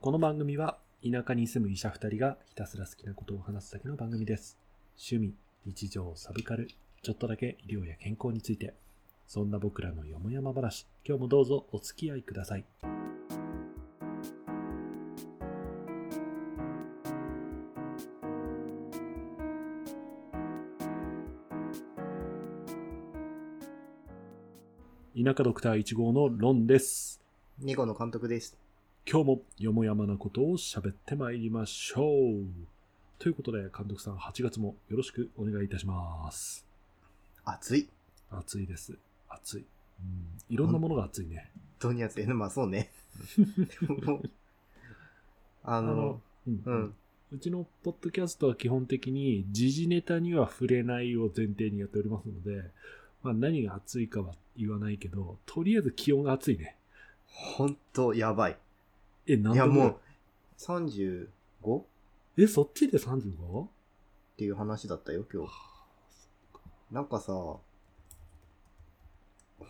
この番組は田舎に住む医者2人がひたすら好きなことを話すだけの番組です。趣味、日常、サブカル、ちょっとだけ医療や健康について。そんな僕らのよもやま話、今日もどうぞお付き合いください。田舎ドクター1号のロンです。ニゴの監督です。今日もよもやまなことを喋ってまいりましょう。ということで、監督さん、8月もよろしくお願いいたします。暑い。暑いです。暑い。うん、いろんなものが暑いね。どうにやって、まあそう ね。もうああの、、うん、ううん。ちのポッドキャストは基本的に、時事ネタには触れないを前提にやっておりますので、まあ何が暑いかは言わないけど、とりあえず気温が暑いね。ほんと、やばい。え、なんいでや、ももう、35? っえ、そっちで 35? ていう話だったよ、今日。なんかさ、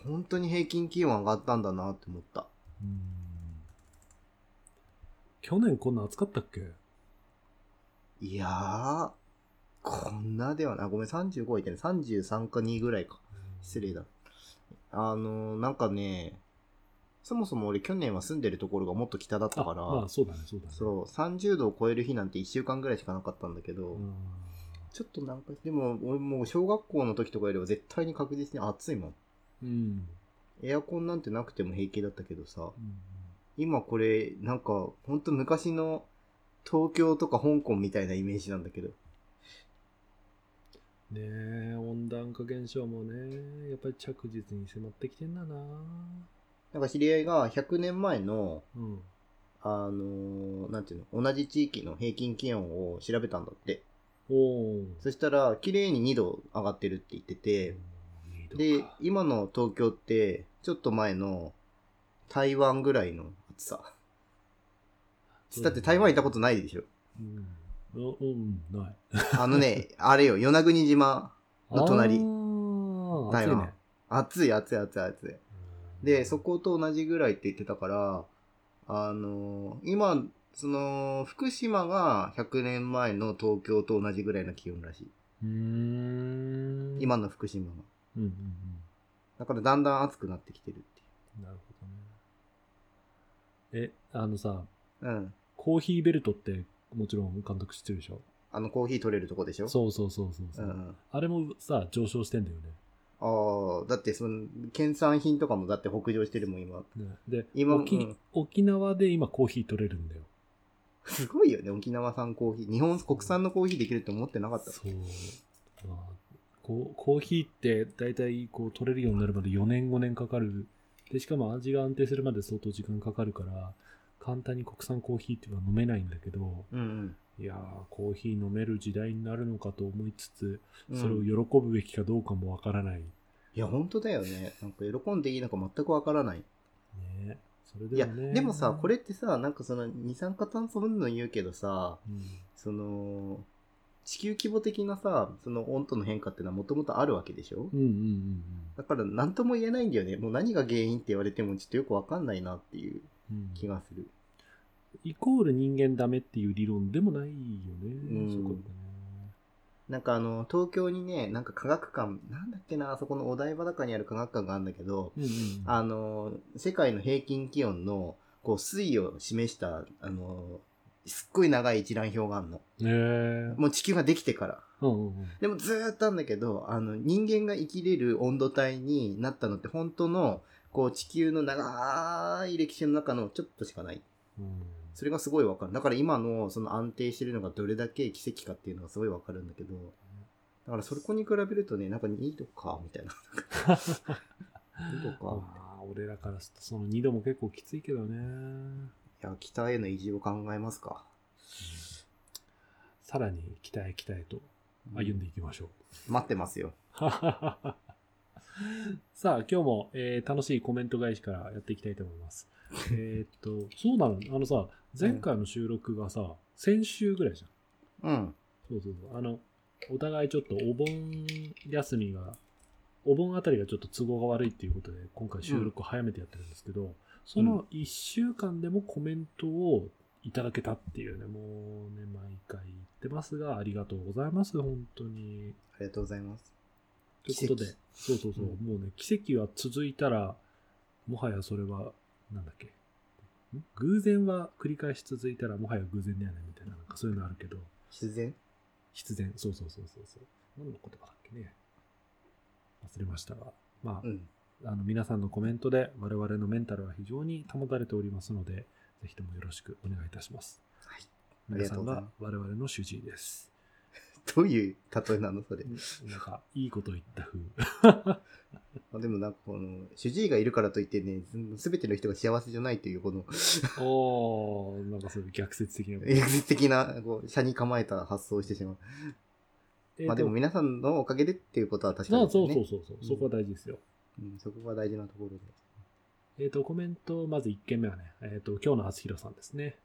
本当に平均気温上がったんだなって思った。うん。去年こんな暑かったっけいやー、こんなではな、ごめん、35いってね、33か2ぐらいか。失礼だ。あのー、なんかね、そもそも俺去年は住んでるところがもっと北だったあから、まあそうだねそうだねそう、30度を超える日なんて1週間ぐらいしかなかったんだけど、うんちょっとなんか、でも、俺もう小学校の時とかよりは絶対に確実に暑いもん。うんエアコンなんてなくても平気だったけどさう、ん今これ、なんか、ほんと昔の東京とか香港みたいなイメージなんだけど、ねえ温暖化現象もねやっぱり着実に迫ってきてんだななんか知り合いが100年前の、うんあのーなんていうの、同じ地域の平均気温を調べたんだって。おおそしたら、綺麗に2度上がってるって言ってて、で、今の東京って、ちょっと前の台湾ぐらいの暑さ。だって台湾行ったことないないでしょ。うん、うんうん、ないあのね、あれよ、与那国島。の隣あー台暑い湾ね。暑い、暑い、暑い、暑い。うんで、そこと同じぐらいって言ってたから、あのー今、その、福島が100年前の東京と同じぐらいの気温らしい。うーん今の福島が。うんうんうんだからだんだん暑くなってきてるっていなるほどねえあのさう。うん。コーヒーベルトってもちろん監督知ってるでしょあの、コーヒー取れるとこでしょそうそうそうそうそうう、んあれもさ上昇してんだよねうん。ああ、だってその、県産品とかもだって北上してるもん、今。ねで今沖うん沖縄で今コーヒー取れるんだよすごいよね、沖縄産コーヒー。日本国産のコーヒーできると思ってなかった。そう、まあ、こうコーヒーって大体こう取れるようになるまで4年5年かかるでしかも味が安定するまで相当時間かかるから簡単に国産コーヒーっていうのは飲めないんだけどうんいやーコーヒー飲める時代になるのかと思いつつうん。それをうん喜ぶべきかどうかもわからない、いや、本当だよね。なんか喜んでいいのか全くわからない。ねそれいでや、もねでもさ、これってさ、なんかその二酸化炭素分の言うけどさ、うんその、地球規模的なさ、その温度の変化っていうのはもともとあるわけでしょうんうんうんうんだから何とも言えないんだよね。もう何が原因って言われてもちょっとよくわかんないなっていううん気がする。イコール人間ダメっていう理論でもないよね。うんそこねなんかあの、東京にね、なんか科学館、なんだっけな、あそこのお台場高にある科学館があるんだけど、うんうんあの、世界の平均気温の、こう、推移を示した、あの、すっごい長い一覧表があるの。ねえ。もう地球ができてから。うんうんうんでもずーっとあるんだけど、あの、人間が生きれる温度帯になったのって、本当の、こう、地球の長い歴史の中のちょっとしかない。うんそれがすごいわかる。だから今の、その安定してるのがどれだけ奇跡かっていうのがすごいわかるんだけど、だからそこに比べるとね、なんか2度か、みたいな。2度か。まあ、俺らからするとその2度も結構きついけどね。いや、北への移住を考えますか。さらに北へ北へと歩んでいきましょう。待ってますよ。さあ、今日も、えー楽しいコメント返しからやっていきたいと思います。えーっと、そうなの、あのさ、前回の収録がさ、先週ぐらいじゃん。うん。そうそうそう。あの、お互いちょっとお盆休みが、お盆あたりがちょっと都合が悪いっていうことで、今回収録を早めてやってるんですけど、その1週間でもコメントをいただけたっていうね、もうね、毎回言ってますが、ありがとうございます、本当に。ありがとうございます。ということで奇、そうそうそう、うんもうね、奇跡は続いたら、もはやそれは、なんだっけ、ん偶然は繰り返し続いたら、もはや偶然だよね、みたいな、なんかそういうのあるけど、必然必然、そうそうそうそうそう。何の言葉だっけね。忘れましたが、まあ、うん。あの皆さんのコメントで我々のメンタルは非常に保たれておりますので、ぜひともよろしくお願いいたします。はい。皆さんありががと我々の主治医です。どういう例えなのそれ。なんか、いいこと言った 風。まあでもなんかこの、主治医がいるからといってね、すべての人が幸せじゃないというこの、 おー、なんかそういう逆説的なこと。エグゼ的な、こう、社に構えた発想をしてしまう。えーとまあでも皆さんのおかげでっていうことは確かに、あね。そうそうそうそう、うんそこは大事ですよ。うん、そこが大事なところで。えっ、と、コメント、まず1件目はね、えっ、と、今日の厚弘さんですね。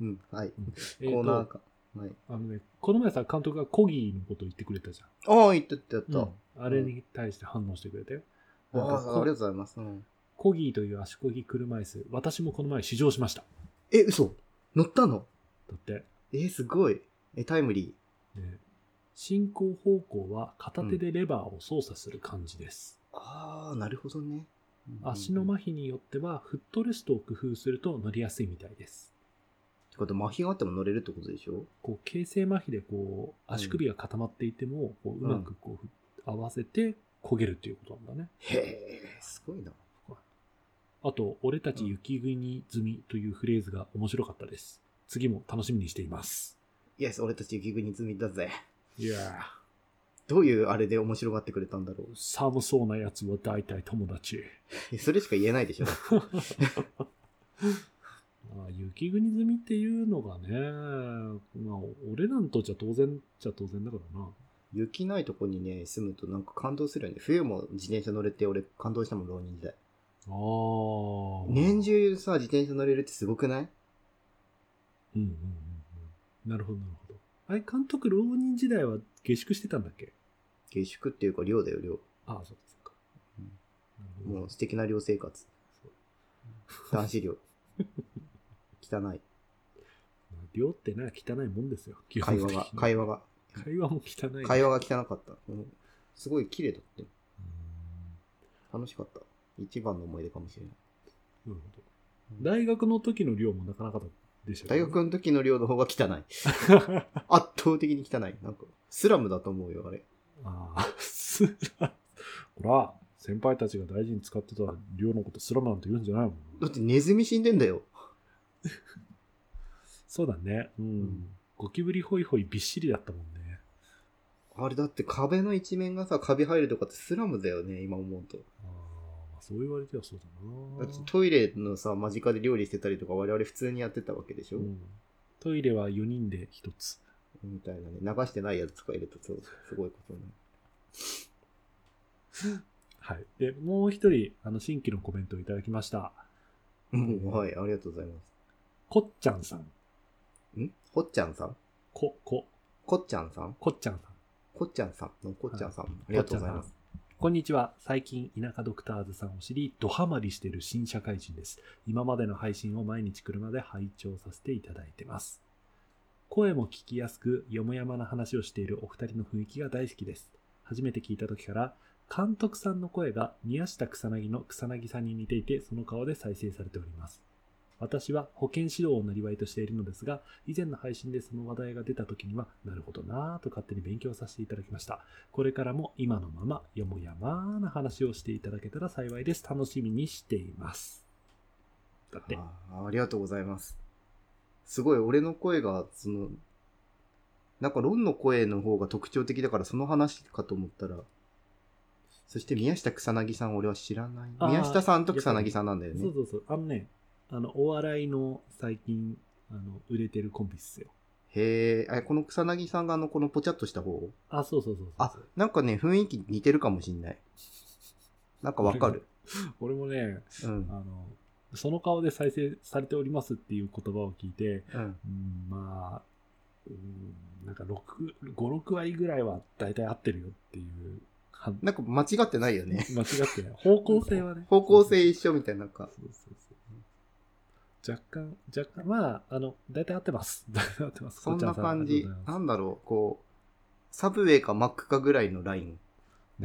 うん、はい。えコーーナーと、か。はい。あのね、この前さ、監督がコギーのことを言ってくれたじゃん。ああ、言った言ったやった。あれに対して反応してくれたよ。あなんかあ、ありがとうございます。うんコギーという足こぎ車椅子、私もこの前試乗しました。え、嘘乗ったのだって、え、すごい。え、タイムリね、進行方向は片手でレバーを操作する感じです。ー。ああ、なるほどね。うんうんうん足の麻痺によってはフットレストを工夫すると乗りやすいみたいです。ってこと、麻痺があっても乗れるってことでしょこう、形成麻痺でこう、うん足首が固まっていても、こううまくこう、合わせて焦げるっていうことなんだね。へえ、すごいな。あと、俺たち雪国済みというフレーズが面白かったです。次も楽しみにしています。イエス、俺たち雪国積みだぜ。いやー、どういうあれで面白がってくれたんだろう寒そうなやつは大体友達。え。 それしか言えないでしょ。まあ、雪国済みっていうのがね、まあ、俺らにとっちゃ当然じゃ当然だからな。雪ないとこにね、住むとなんか感動するよね。冬も自転車乗れて、俺感動したもん、浪人時代。ああ。年中さ、自転車乗れるってすごくないうんうんうんうん。なるほど、なるほど。あれ、監督、浪人時代は下宿してたんだっけ下宿っていうか、寮だよ、寮。ああ、そうですかうん。なるほどもう素敵な寮生活。そう男子寮。汚い。まあ寮ってな、汚いもんですよ。基本会的話にが、会話が、会話も汚い。会話。話が汚かった。うんすごい綺麗だって。楽しかった。一番の思い出かもしれない。なるほど。大学の時の寮もなかなかでした大けどね学の時の寮の方が汚 い。圧倒的に汚い。なんか、スラムだと思うよ、あれ。ああ、 スラほら、先輩たちが大事に使ってた量のことスラムなんて言うんじゃないもん。だってネズミ死んでんだよ。そうだね。うん。んゴキブリホイホイびっしりだったもんね。あれだって壁の一面がさ、カビ生えるとかってスラムだよね、今思うと。ああ、まあそう言われてはそうだだってな。トイレのさ、間近で料理してたりとか我々普通にやってたわけでしょ、うんトイレは4人で1つ。みたいなね。流してないやつとかいると、そう、すごいことになる。はい。で、もう一人、あの、新規のコメントをいただきました。うんはい、ありがとうございまこっちゃんさん。す。んこっちゃんさんこ、こ、こっちゃんさんこっちゃんさん。こっちゃんさんのこっちゃんさん、はいありがとうございます。こんにちは。最近、田舎ドクターズさんを知り、ドハマりしている新社会人です。今までの配信を毎日車で拝聴させていただいてます。声も聞きやすく、よもやまな話をしているお二人の雰囲気が大好きです。初めて聞いた時から、監督さんの声が宮下草薙の草薙さんに似ていて、その顔で再生されております。私は保健指導を生りわいとしているのですが、以前の配信でその話題が出た時には、なるほどなぁと勝手に勉強させていただきました。これからも今のままよもやまな話をしていただけたら幸いです。楽しみにしています。だって。あーありがとうございます。すごい、俺の声が、その、なんかロンの声の方が特徴的だから、その話かと思ったら、そして宮下草薙さん、俺は知らない。あー宮下さんと草薙さんなんだよそねう。そうそう。あのね、あの、お笑いの最近、あの、売れてるコンビっすよ。へえ、あこの草薙さんがあの、このぽちゃっとした方あ、そうそうそうそうあ、なんかね、雰囲気似てるかもしんない。なんかわか る。俺もね、うんあ。の、その顔で再生されておりますっていう言葉を聞いて、うん。うん、まあ、うん、なんか六5、6割ぐらいは大体合ってるよっていう、はなんか間違ってないよね。 間違ってない。方向性はね。方向性一緒みたいな、なんか。そうそうそう。若干、若干、まあ、あの、大体合ってます。大体合ってます。そんな感こちじらさんありがとうござい。ますなんだろう、こう、サブウェイかマックかぐらいのライン。ね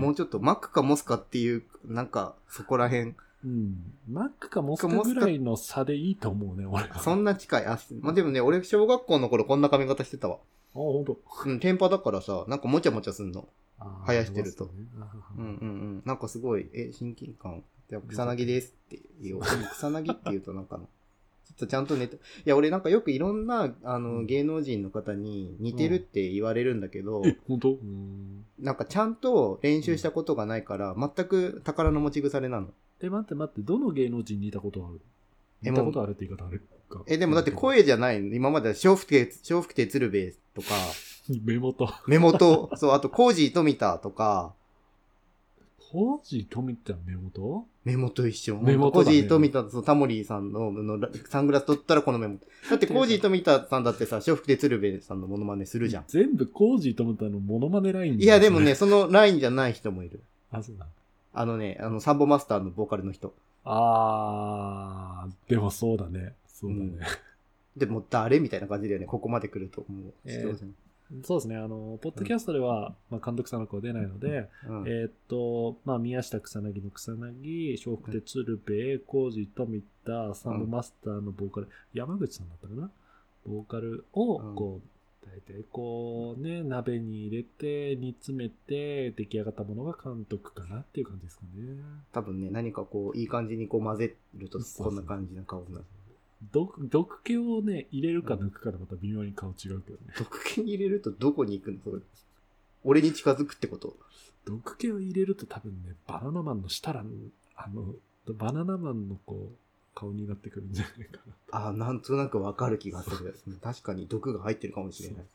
もうちょっとマックかモスかっていう、なんか、そこら辺。うん。マックかモスかぐらいの差でいいと思うね、俺は。そあ、んな近い。あ、まあ、でもね、俺、小学校の頃こんな髪型してたわ。ほんと。うん、テンパだからさ、なんかもちゃもちゃすんの。あー生やしてると。ありますねあーうんうんうん。なんかすごい、え、親近感。でも草薙ですって言おう。でも草薙って言うとなんかの、ち ょっとちゃんとネタ、いや、俺なんかよくいろんな、あうの、ん芸能人の方に似てるって言われるんだけ ど、え、ほんとうーん。なんかちゃんと練習したことがないから、全く宝の持ち腐れなの。え、待って待って、どの芸能人に似たことあるえ似たことあるって言い方あるか。え、でもだって。声じゃないの。今までは、笑福亭、笑福亭鶴瓶と か、目元。目元、そう、あと、コージー富田とか、コージー富田目元目元一緒。目元だコーねジー富田とそうタモリーさんののラサングラス取ったらこの目元。だってコージー富田さんだってさ、笑福亭鶴瓶さんのモノマネするじゃん。全部コージー富田のモノマネラインだいや、でも。ね、そのラインじゃない人もいる。あ、そうだ。あのね、あの、サンボマスターのボーカルの人。あー、でもそうだね。そうだね。でも、誰みたいな感じだよね、ここまで来ると。もう、えーちょっと待ってそうですね。あの、ポッドキャストでは、まあ、監督さんの子は出ないので、うんえーっと、まあ、宮下草薙の草薙、笑福亭鶴瓶、浩二富田、サンボマスターのボーカル、山口さんだったかなボーカルを、うんこう、大体こうね、鍋に入れて、煮詰めて、出来上がったものが監督かなっていう感じですかね。多分ね、何かこう、いい感じにこう混ぜると、こんな感じの顔になる。毒毒気をね、入れるか抜くかでまた微妙に顔違うけどね。毒気に入れるとどこに行くのそれ俺に近づくってこと毒気を入れると多分ね、バナナマンの設楽の、あの、バナナマンのこう、顔になってくるんじゃないかな。ああ、なんとなくわかる気がする。うん確かに毒が入ってるかもしれない。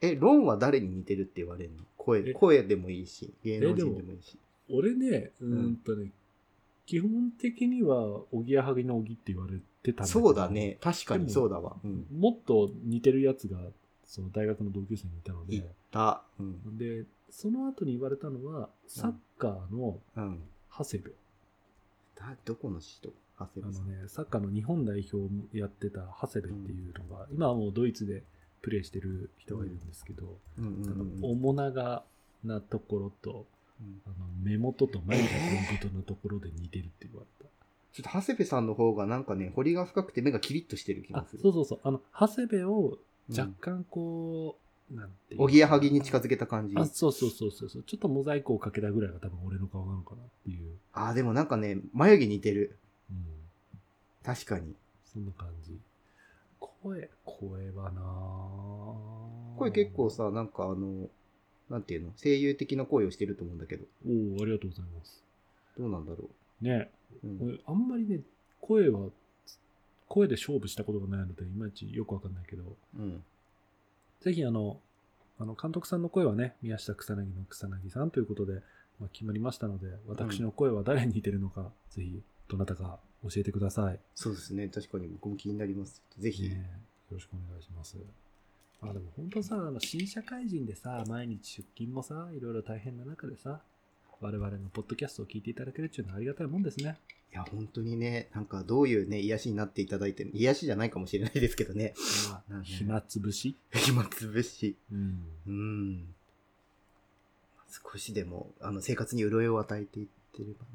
え、ロンは誰に似てるって言われるの声、え声でもいいし、芸え能人ででももいいし。俺ね、ううんーんとね、基本的には、おぎやはぎのおぎって言われてたんけどそうだ。ね。確かにそうだわ。うん。もっと似てるやつが、その大学の同級生にいたのいで、た。うん。で、その後に言われたのは、サッカーのうん。長谷部。だどこの人長谷あ部さのん。ね、サッカーの日本代表もやってた長谷部っていうのが、今はもうドイツでプレーしてる人がいるんですけど、うんうんうんうん。面長なところと、うんあの目元と眉毛のことのところで似てるって言われた。ちょっと長谷部さんの方がなんかね、彫りが深くて目がキリッとしてる気あがする。そうそうそう、あの、長谷部をうん若干こう、なんていうのおぎやはぎに近づけた感じ。あ、そうそうそうそうそう、ちょっとモザイクをかけたぐらいが多分俺の顔なのかなっていう、ああ、でもなんかね、眉毛似てる。うん、確かに。そんな感じ。声、声はなぁ声結構、さ、なんかあの、なんていうの声優的な声をしてると思うんだけど、おお、ありがとうございます。どうなんだろね、う。うん、俺あんまりね、声は、声で勝負したことがないので、いまいちよくわかんないけど、うん、ぜひあの、あの監督さんの声はね、宮下草薙の草薙さんということで、まあ、決まりましたので、私の声は誰に似てるのか、ぜひ、どなたか教えてください。そうですね、確かに僕も気になります。ぜひ、ねよろしくお願いします。あでも本当さ、あの新社会人でさ、毎日出勤もさ、いろいろ大変な中でさ、我々のポッドキャストを聞いていただけるっていうのはありがたいもんですね。いや、本当にね、なんかどういうね、癒しになっていただいて、癒しじゃないかもしれないですけどね、 まなあんで暇つぶし。暇つぶし、うんうん、少しでもあの生活に潤いを与えていってれば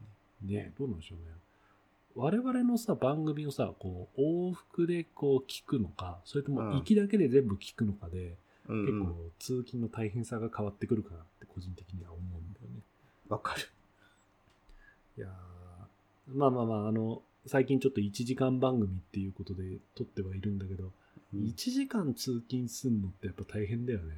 ね。ねどうなんでしょうね。我々のさ、番組をさ、こう、往復でこう聞くのか、それとうんも行きだけで全部聞くのかで、うん、結うん構通勤の大変さが変わってくるかなって個人的には思うんだよね。わかる。いやーまあまあまあ、あの、最近ちょっと1時間番組っていうことで撮ってはいるんだけど、うん1時間通勤すんのってやっぱ大変だよね。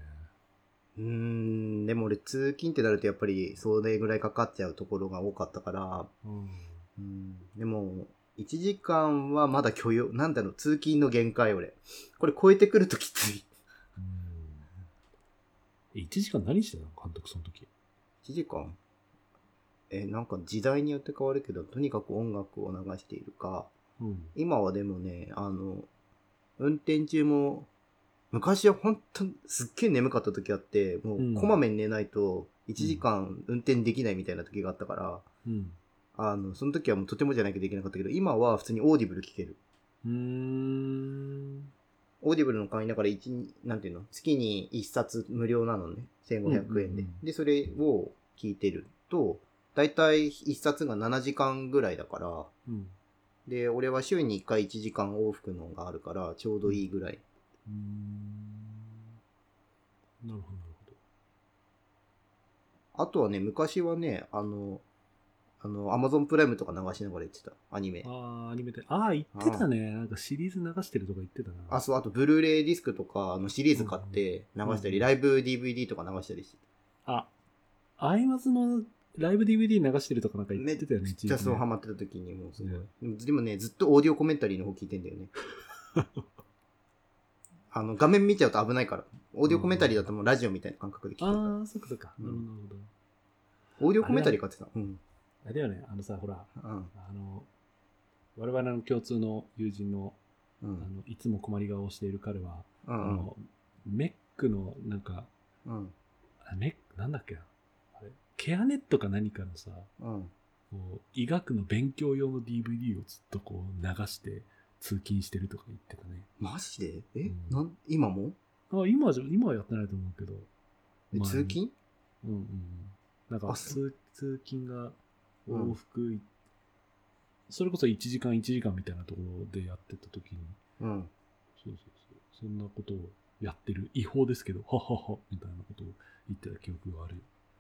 うーん、でも俺、通勤ってなるとやっぱり、それぐらいかかっちゃうところが多かったから、うん。うんでも、1時間はまだ許容、なんだろう、通勤の限界、俺。これ超えてくるときつい。 1時間何してたの監督その時。 1時間え、なんか時代によって変わるけど、とにかく音楽を流しているか、うん。今はでもね、あの、運転中も、昔は本当にすっげえ眠かった時あって、もうんうこまめに寝ないと1時間運転できないみたいな時があったから、うん。あの、その時はもうとてもじゃないけどできなかったけど、今は普通にオーディブル聴ける。ううーん。オーディブルの会員だから1、なんていうの月に1冊無料なのね。1500円で。うんうんうんで、それを聞いてると、だいたい1冊が7時間ぐらいだから、うん。で、俺は週に1回1時間往復のがあるから、ちょうどいいぐらい。うーんなるほど、なるほど。あとはね、昔はね、あの、あの、アマゾンプライムとか流しながらやってた、アニメ。ああ、アニメで。ああ、言ってたね。なんかシリーズ流してるとか言ってたな。あ、そう、あと、ブルーレイディスクとか、あの、シリーズ買って流したり、うんライブ DVD とか流したりして。あ、アイマズのライブ DVD 流してるとかなんか言めっってたよね、ちゃそうハママってた時にもうすごいね。でもでもね、ずっとオーディオコメンタリーの方聞いてん だよね。あの、画面見ちゃうと危ないから。オーディオコメンタリーだともうラジオみたいな感覚で聞いてた。ああ、そっかそっか。うんなるほど、なるほど。オーディオコメンタリー買ってた。うん。あれだよね、あのさ、ほら、うん。あの、我々の共通の友人の、うあん。のいつも困り顔をしている彼は、うあん。のメックの、なんか、うん。あメック、なんだっけな。あれ、ケアネットか何かのさ、うん。こう医学の勉強用の DVD をずっとこう流して通勤してるとか言ってたね。マジでえ、うんなん今もあ今はじゃ今はやってないと思うけど。え前に通勤うんうんうん。なんかあそう通通勤が往復い、それこそ1時間1時間みたいなところでやってた時に、うん。そうそうそう。そんなことをやってる。違法ですけど、はははみたいなことを言ってた記憶がある。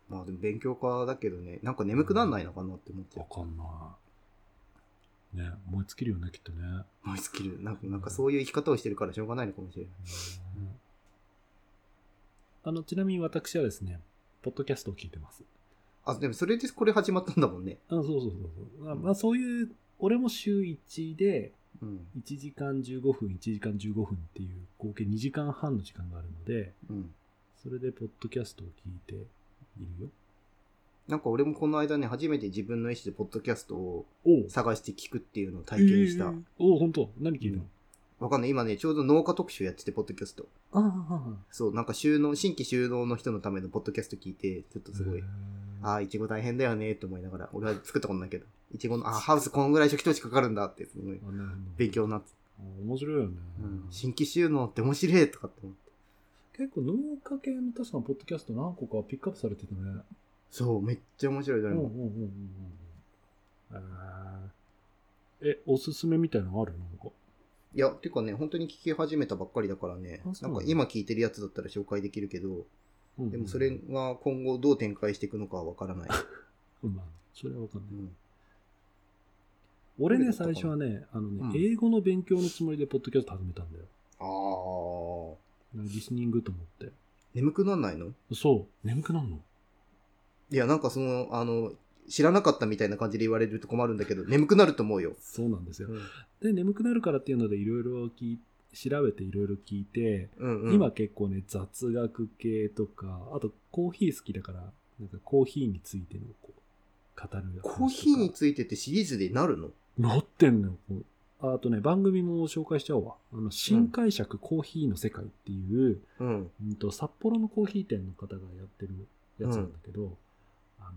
まあでも勉強家だけどね、なんか眠くなんないのかなって思ってわ。かんない。ね、燃え尽きるよね、きっとね。ノイズキル。なんか、なんかそういう生き方をしてるからしょうがないのかもしれない。うんあの、ちなみに私はですね、ポッドキャストを聞いてます。あ、でもそれでこれ始まったんだもんね。あそうそうそうそう。あまあ、そういう、俺も週1で、うん。 1時間15分、1時間15分っていう、合計2時間半の時間があるので、うん。それでポッドキャストを聞いているよ。なんか俺もこの間ね、初めて自分の意思でポッドキャストをお探して聞くっていうのを体験した。わ、おお本当何聞いたの、かんない。今ね、ちょうど農家特集やってて、ポッドキャスト。ああそう、なんか収納、新規収納の人のためのポッドキャスト聞いて、ちょっとすごい。あああ、いちご大変だよねって思いながら、俺は作ったことないけど。いちごの、あーハウスこんぐらい初期投資かかるんだって、すごい。あ、なるほど勉強になって。あ面白いよね。うん。新規収納って面白いとかって思って。結構農家系の確かポッドキャスト何個かピックアップされてたね。そう、めっちゃ面白い、どれうんうんも。うんうんうんうん。え、おすすめみたいなのあるのなんか。いや、てかね、本当に聞き始めたばっかりだからねあ、そなうんなかんだ今聞いてるやつだったら紹介できるけど、うんうんでもそれは今後どう展開していくのかはわか らない。うんまあ、それはわかんなうい。ん俺ね、最初はね、あのね、うん英語の勉強のつもりでポッドキャスト始めたんだよ。ああ。なんかリスニングと思って。眠くなんないのそう、眠くなるのいや、なんかその、あの、知らなかったみたいな感じで言われると困るんだけど、眠くなると思うよ。そうなんですよ。で、眠くなるからっていうので、いろいろ聞い調べていろいろ聞いて、うんうん。今、結構ね、雑学系とか、あとコーヒー好きだから、なんかコーヒーについてのこう語る話とかコーヒーについてってシリーズでなるのなってんのよ。こうあとね、番組も紹介しちゃおうわ。あの、新解釈コーヒーの世界っていう、うん。うん、と札幌のコーヒー店の方がやってるやつなんだけど、あの、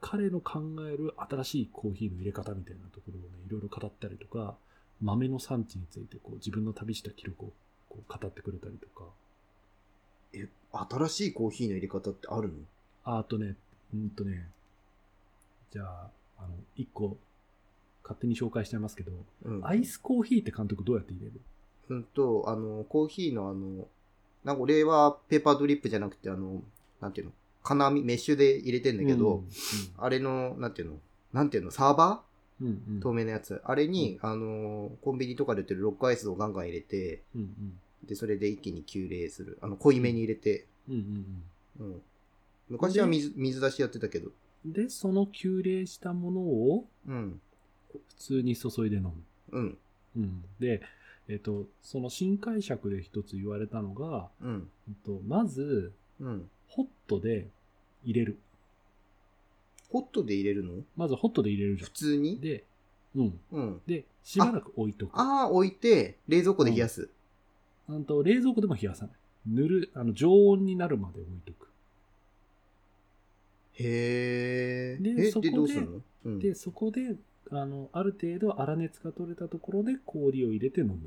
彼の考える新しいコーヒーの入れ方みたいなところをね、いろいろ語ったりとか、豆の産地についてこう自分の旅した記録をこう語ってくれたりとか、え、新しいコーヒーの入れ方ってあるのああとね、うんとね、じゃあ、あの、一個勝手に紹介しちゃいますけど、うん。アイスコーヒーって監督どうやって入れるうんと、あの、コーヒーのあの、なんか俺はペーパードリップじゃなくて、あの、なんていうの金網、メッシュで入れてんだけど、あれの、なんていうのなんていうのサーバうん、うんうんー透明なやつ。あれに、あの、コンビニとかで売ってるロックアイスをガンガン入れて、うんうんで、それで一気に急冷する。あの、濃いめに入れて。うんうんうん。昔は水、水出しやってたけど。うんでその急冷したものをうん。普通に注いで飲む、うん。うん、で、えっとその新解釈で一つ言われたのが、うん。うんと、まずうん。ホットで入れるホットで入れるのまずホットで入れるじゃ普通んにで,、うん、うん。でしばらく置いとくああ、置いて、冷蔵庫で冷やす。うんと冷蔵庫でも冷やさないぬるあの常温になるまで置いとくへえ。でえそこでどうするのうんでそこであの、ある程度粗熱が取れたところで氷を入れて飲むっ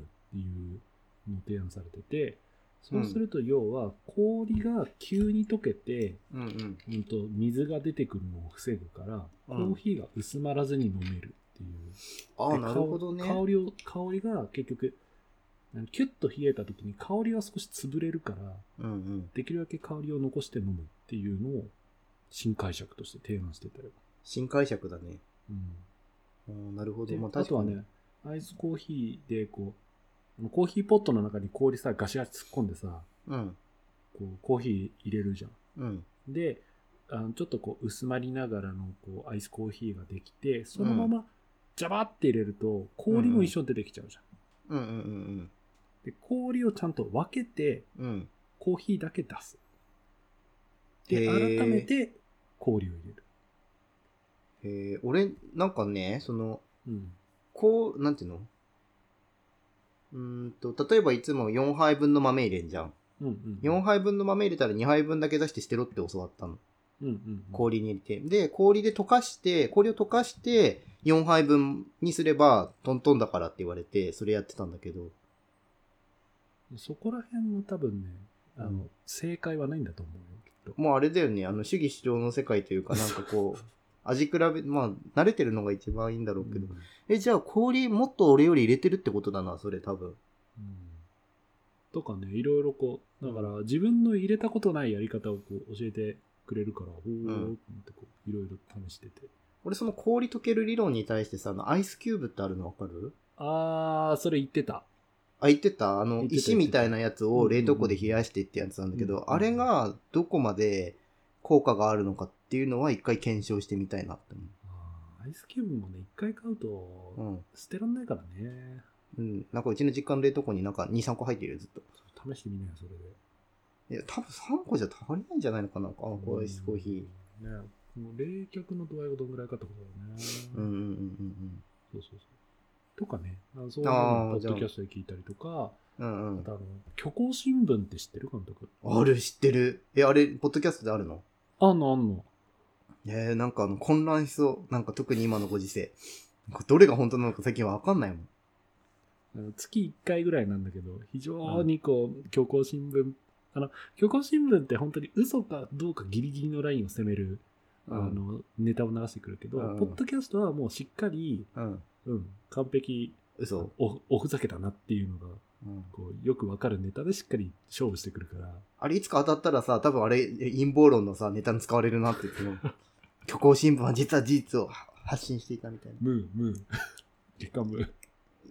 ていうのを提案されてて、そうすると要は氷が急に溶けて、うんうん。うんと、水が出てくるのを防ぐから、コうんーヒーが薄まらずに飲めるっていう。ああ、でなるほどね。香香りを、香りが結局、なんキュッと冷えた時に香りが少し潰れるから、うんうん。できるだけ香りを残して飲むっていうのを新解釈として提案してたよ。新解釈だね。うん。うんなるほど。でまあ、あ確とかはに。ね、アイスコーヒーでこう、あのコーヒーポットの中に氷さ、ガシガシ突っ込んでさ、うん。こうコーヒー入れるじゃん。うん。で、あのちょっとこう薄まりながらのこうアイスコーヒーができて、そのままジャバって入れると氷も一緒に出てきちゃうじゃん。うんうんうんで、氷をちゃんと分けてうん。うん。コーヒーだけ出す。へで、ー改めて氷を入れる。へえ、俺、なんかね、その、うん。こう、なんていうのうーんと、例えばいつも4杯分の豆入れんじゃん。うんうん。 4杯分の豆入れたら2杯分だけ出して捨てろって教わったの。うんうんうん。氷に入れて。で、氷で溶かして、氷を溶かして、4杯分にすれば、トントンだからって言われて、それやってたんだけど。そこら辺も多分ね、あの、うん正解はないんだと思うよ、きっと。もうあれだよね、あの、主義主張の世界というか、なんかこ う、味比べ、まあ、慣れてるのが一番いいんだろうけど。うんえ、じゃあ氷もっと俺より入れてるってことだな、それ多分。うんとかね、いろいろこう、だから自分の入れたことないやり方をこう教えてくれるから、おーんってこう、いろいろ試してて。俺その氷溶ける理論に対してさ、あの、アイスキューブってあるのわかるあー、それ言ってた。あ、言ってたあの言っ、てた石みたいなやつを冷凍庫で冷やしてってやつなんだけうんうんど、うんあれがどこまで効果があるのかっていうのは一回検証してみたいなってあーアイスキューブもね、一回買うと、思う。捨てらんないからね。うん。うん。なんかうちの実家の冷凍庫になんか2、3個入ってるよ、ずっと。試してみなよ、それで。いや、多分3個じゃ足りないんじゃないのかな、あのこうアイスコーヒー。ね、もう冷却の度合いがどんぐらいかってことー。だうよんね。うんうんそうそうそう。とかね、あのそういうのをポッドキャストで聞いたりとか、うんうん。うんあとあの、虚構新聞って知ってる監督。うん。ある、知ってる。え、あれ、ポッドキャストであるのあんのあんの。えー、なんかあの混乱しそう。なんか特に今のご時世。なんかどれが本当なのか最近わかんないもん。あの月1回ぐらいなんだけど、非常にこう、虚構新聞、あの、虚構新聞って本当に嘘かどうかギリギリのラインを攻める、あうんの、ネタを流してくるけど、うんポッドキャストはもうしっかり、うん。うん、完璧、嘘。お、おふざけだなっていうのが、うん、こう、よくわかるネタでしっかり勝負してくるから、あれいつか当たったらさ、多分あれ陰謀論のさ、ネタに使われるなって言 っても、虚構新聞は実は事実を発信していたみたいな。ムー、ムー、リカ ムー。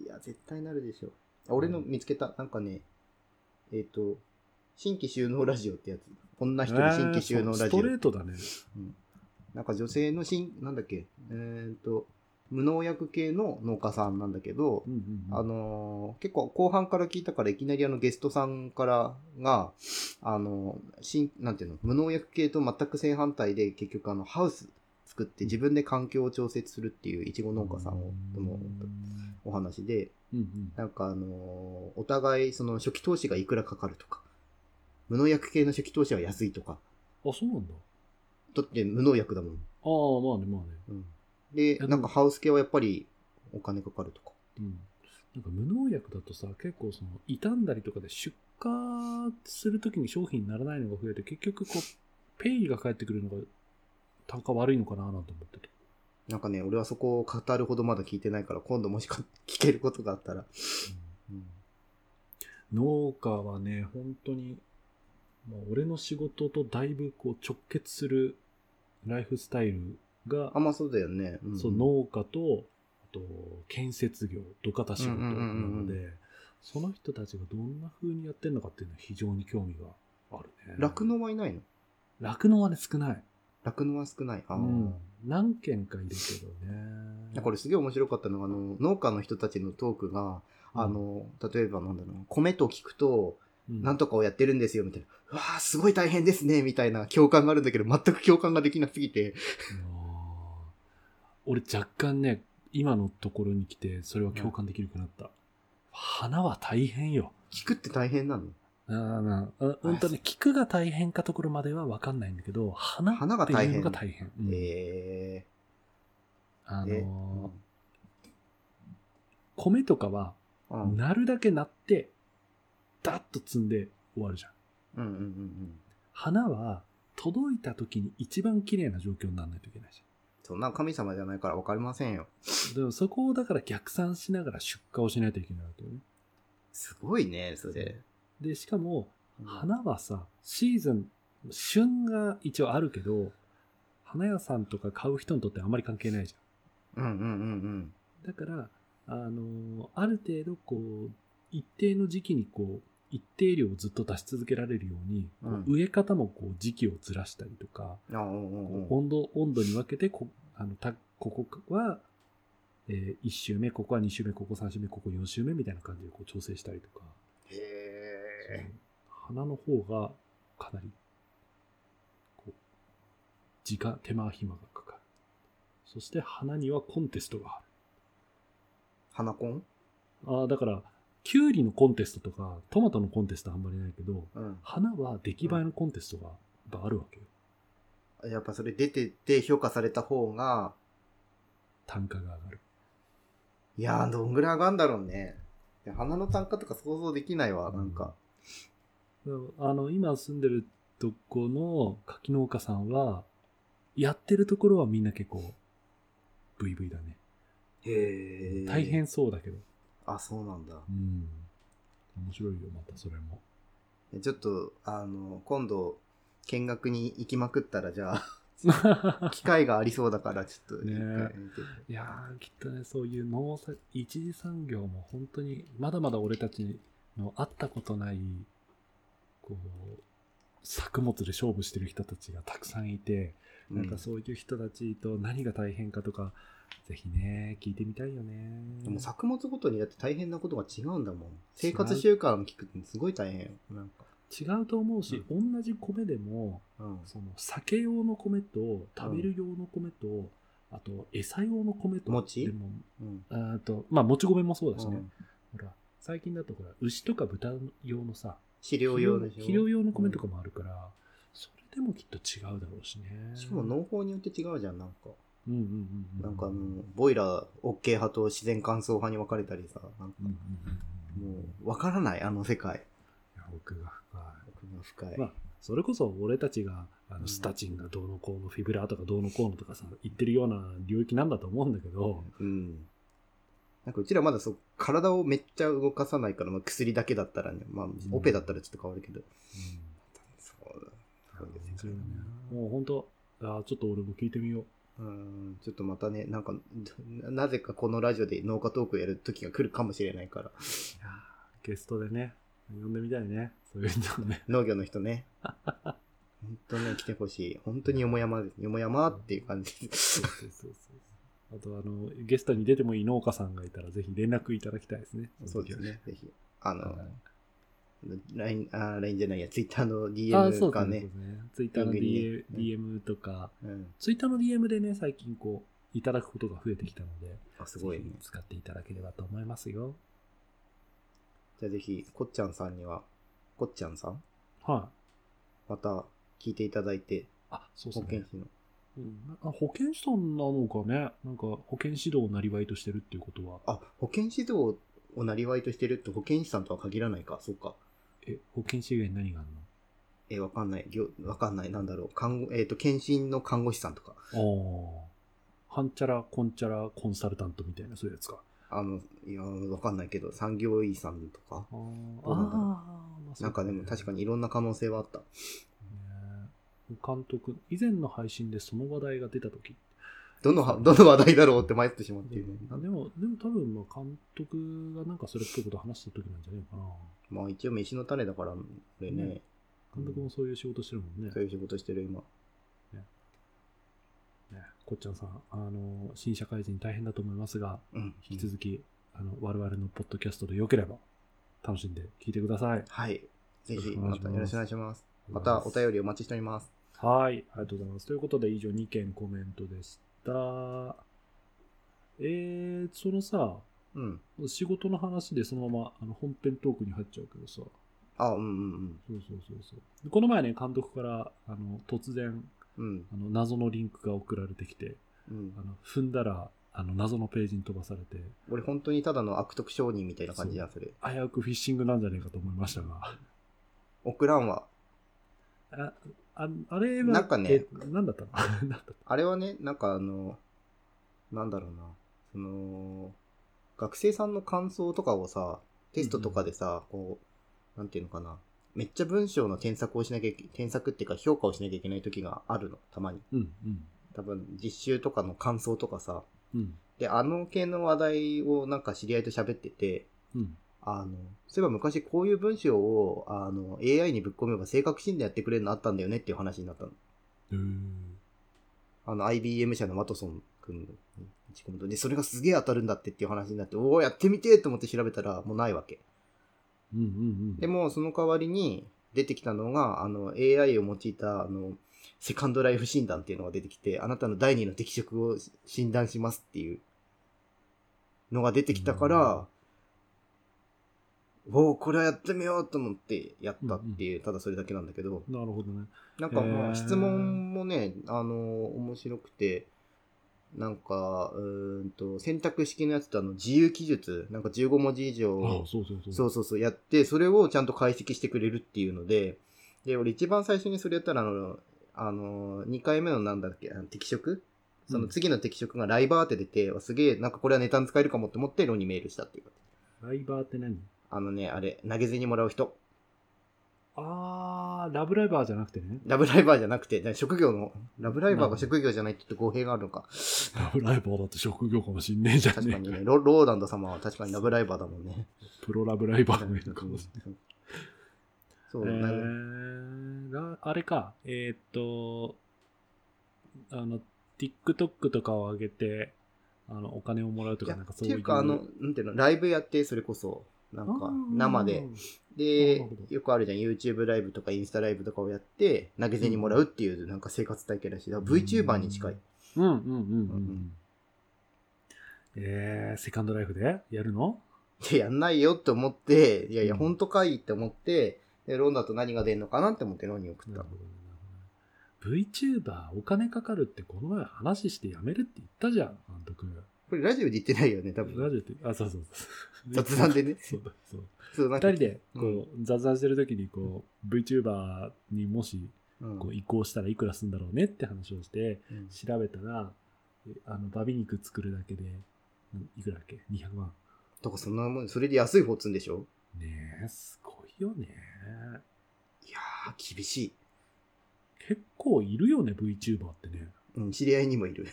いや、絶対なるでしょ。あ俺の見つけた、なんかね、えっ、と、新規収納ラジオってやつ。こんな人に新規収納あラーそうスジオト。レートだね。なんか女性の新、なんだっけ、えっ、と、無農薬系の農家さんなんだけど、うんうんうんあのー結構後半から聞いたからいきなりあのゲストさんからが、あのー新、なんていうの、無農薬系と全く正反対で結局あのハウス作って自分で環境を調節するっていういちご農家さんをとのお話で、うんうん。なんかあのーお互いその初期投資がいくらかかるとか、無農薬系の初期投資は安いとか、あ、そうなんだ。だって無農薬だもん。ああ、まあね、まあね。うん、で、やなんかハウス系はやっぱりお金かかるとか。うん。なんか無農薬だとさ、結構その、傷んだりとかで出荷するときに商品にならないのが増えて、結局こう、ペイが返ってくるのが、単価悪いのかななんて思ってて。なんかね、俺はそこを語るほどまだ聞いてないから、今度もしか聞けることがあったら。うん。農家はね、本当に、まあ、俺の仕事とだいぶこう直結するライフスタイルがあ、んまそうだよね。うん、そう農家と、あと、建設業、土方仕事なのうんうんうんで、その人たちがどんな風にやってるのかっていうのは非常に興味があるね。酪農はいないの酪農はね、少ない。酪農は少ない。ああ。うん、何件かいるけどね。なんか俺すげえ面白かったのが、あの、農家の人たちのトークが、あの、例えばなんだろう、米と聞くと、うん、なんとかをやってるんですよ、みたいな。うわあ、すごい大変ですね、みたいな共感があるんだけど、全く共感ができなすぎて。あー俺若干ね、今のところに来て、それは共感できるくなった。花は大変よ。聞くって大変なのあーなあ本当に菊が大変かところまでは分かんないんだけど、花っていうのが大変。うんええあのーえうん米とかは、うん。なるだけなって、ダッと積んで終わるじゃん。うんうんうんうん。花は、届いた時に一番綺麗な状況にならないといけないじそんな神様じゃないから分かりませんよ。ゃん。でもそこをだから逆算しながら出荷をしないといけないわけよね。すごいね、それ。で、しかも、花はさ、シーズン、旬が一応あるけど、花屋さんとか買う人にとってあまり関係ないじゃん。うんうんうんだから、あのーある程度こう、一定の時期にこう、一定量をずっと出し続けられるように、こううん植え方もこう時期をずらしたりとか、うん。あうんうんうん。温度、温度に分けてこ、あの、た、ここは、え1周目、ここは2周目、ここ3周目、ここ4周目みたいな感じでこう調整したりとか、へえ。花の方がかなり、こう、時間、手間暇がかかる。そして花にはコンテストがある。花コンああ、だから、キュウリのコンテストとか、トマトのコンテストはあんまりないけど、うん。花は出来栄えのコンテストがやっぱあるわけよ。やっぱそれ出てて評価された方が、単価が上がる。いやー、どんぐらい上がんだろうね。いや花の単価とか想像できないわ、なんか。あの、今住んでるとこの柿農家さんは、やってるところはみんな結構、ブイブイだね。へえ。大。変そうだけど。あ、そうなんだ。うん。面白いよ、またそれも。ちょっと、あの、今度、見学に行きまくったら、じゃ あ、機会がありそうだから、ちょっと、ね一え回見ていやー、きっとね、そういう農作、一次産業も本当に、まだまだ俺たちの会ったことない、こう、作物で勝負してる人たちがたくさんいて、うなんかそういう人たちと何が大変かとか、ぜひね、聞いてみたいよね。でも作物ごとにだって大変なことが違うんだもん。生活習慣聞くってすごい大変よ。なんか。違うと思うし、同じ米でも、うん。その酒用の米と、食べる用の米と、あと餌用の米と、餅でも、うん。あと、まあ、もち米もそうだしね。うんほら、最近だとほら、牛とか豚用のさ、飼料用でしょ。肥料用の米とかもあるから、それでもきっと違うだろうしね。しかも農法によって違うじゃん、なんか。うんうんうんうん。なんかあうんの、ボイラー OK 派と自然乾燥派に分かれたりさ、なんかうんうんうん、もいうん、わからない、あの世界。や奥が深い。奥が深い。まあそれこそ俺たちがあうのんスタチンがどうのこうのフィブラーとかどうのこうのとかさ言ってるような領域なんだと思うんだけど、うん。なんかうちらまだそう、体をめっちゃ動かさないから、まあ、薬だけだったらね、まあ、オペだったらちょっと変わるけど。うそうそんうです面白いねねもう本当あーちょっと俺も聞いてみよう。だ。うん、ちょっとまたね、なんか、ななぜかこのラジオで農家トークやる時が来るかもしれないから、いやーゲストでね呼んでみたいねそういうのね。農業の人ね。本当ね、来てほしい。本当によもやまです。よもやまっていう感じです。そうそうそうそう。あと、あの、ゲストに出てもいい農家さんがいたら、ぜひ連絡いただきたいですね。そうですね。ぜひ。あのはい、 LINE、あ、LINE じゃないや、Twitter のその時は。あ DM そうかかねね。。ツイッターのリングに DM, DM とか、うん。ツイッターの DM でね、最近こう、いただくことが増えてきたので、あ、すごいぜねひ。使っていただければと思いますよ。じゃあぜひ、こっちゃんさんには、こっちゃんさんはい。また聞いていただいて、あ、そうで保すね健。師の。うんあ保健師さんなのかね、なんか保健指導をなりわいとしてるっていうことは、あ、保健指導をなりわいとしてるって保健師さんとは限らないか。そうか。え、保健師以外に何があるえーわかんない。ぎょわかんない。なんだろう。看護、えっ、と、検診の看護師さんとか。のああ、はんちゃらこんちゃらコンサルタントみたいな、そういうやつか。あの、いや、わかんないけど、産業医さんとか。あーどうなんだろうまあそうなんかでも確かにいろんな可能性はあった。ね監督、以前の配信でその話題が出たとき、どのは、 どの話題だろうって迷ってしまっている。あでも、でも多分、まあ監督がなんかそれっぽいこと話したときなんじゃないのかな。まあ一応飯の種だから、これね、ね監督もそういう仕事してるもんね。そういう仕事してる今。ねこっちゃんさん、あの、新社会人大変だと思いますが、うん。引き続き、あの、我々のポッドキャストで良ければ、楽しんで聞いてください。はい。ぜひ、よろましくたお願よろいしくしお願まいします。またお便りお待ちしております。はい、ありがとうございます。ということで、以上2件コメントでした。えー、そのさ、うん。仕事の話でそのままあの本編トークに入っちゃうけどさ、あ、うんうんそうそうそうそう。この前ね、監督からあの突然うん。うん。あの謎のリンクが送られてきて、うんあ。の踏んだらあの、謎のページに飛ばされて、俺本当にただの悪徳商人みたいな感じじゃん、それ。危うくフィッシングなんじゃねえかと思いましたが。送らんわ。あ、ああれは、なんかねえ、なんだったの なんだったあれはね、なんかあの、なんだろうな、その、学生さんの感想とかをさ、テストとかでさ、こう、なんていうのかな、めっちゃ文章の添削をしなきゃいけ、添削っていうか評価をしなきゃいけない時があるの、たまに。うん、うん、多分、実習とかの感想とかさ。うん、で、あの系の話題をなんか知り合いと喋ってて、うん。あの、そういえば昔こういう文章を、あの、AI にぶっ込めば性格診断やってくれるのあったんだよねっていう話になったの。うーんあの、IBM 社のワトソン君に打ち込むと、で、それがすげえ当たるんだってっていう話になって、おお、やってみてーと思って調べたら、もうないわけ。うん、うん、うん。でも、その代わりに出てきたのが、あの、AI を用いた、あの、セカンドライフ診断っていうのが出てきて、あなたの第二の適職を診断しますっていうのが出てきたから、おお、これはやってみようと思ってやったっていう、ただそれだけなんだけど、なるほどね。なんかまへーあ質問もね、あの、面白くて、なんか、うーんと、選択式のやつとあの、自由記述、なんか15文字以あ上、そうそうそう。そうそうそう、やって、それをちゃんと解析してくれるっていうので、で、俺一番最初にそれやったら、あの、あの、2回目のなんだっけ、あの適職その次の適職がライバーって出て、わすげえ、なんかこれはネタに使えるかもって思って、ロにメールしたっていう。ライバーって何あのね、あれ、投げ銭もらう人。あー、ラブライバーじゃなくてね。ラブライバーじゃなくて、ね職業の、ラブライバーが職業じゃないって言って語弊があるのか。ラブライバーだって職業かもしんねえじゃん確かねにね、ロローランド様は確かにラブライバーだもんね。プロラブライバーがいるかもしそう、れな。ないえーんが、あれか、えーっと、あの、TikTok とかを上げて、あの、お金をもらうといやか、なんかっそてういう。いうか、あの、なんていうの、ライブやって、それこそ、あなんー、か、生で。なるでほど、よくあるじゃん、YouTube ライブとかインスタライブとかをやって、投げ銭もらうっていう、なんか生活体験らしい。だから VTuber に近い。うんうんうんうんううんん。えー、セカンドライフでやるので、やんないよって思って、いやいや、うん本当かいって思って、で、ロンだと何が出んのかなって思ってロンに送っなたる。ほどねなるほどね。VTuber お金かかるってこの前話してやめるって言ったじゃん、監督。これラジオで言ってないよね、多ラ分。ジオって、あ、そうそうそう。雑談でねそうだ、そう。そう、二なんか人でこう、雑談してる時にこう、VTuber にもしうんこう移行したらいくらするんだろうねって話をして、うん調べたら、えあの、バビ肉作るだけで、うんいくらだっけ ?200 万。とか、そんなもん、それで安い方積んでしょねえ、すごいよね。いやー、厳しい。結構いるよね、VTuber ってね。うん、知り合いにもいる。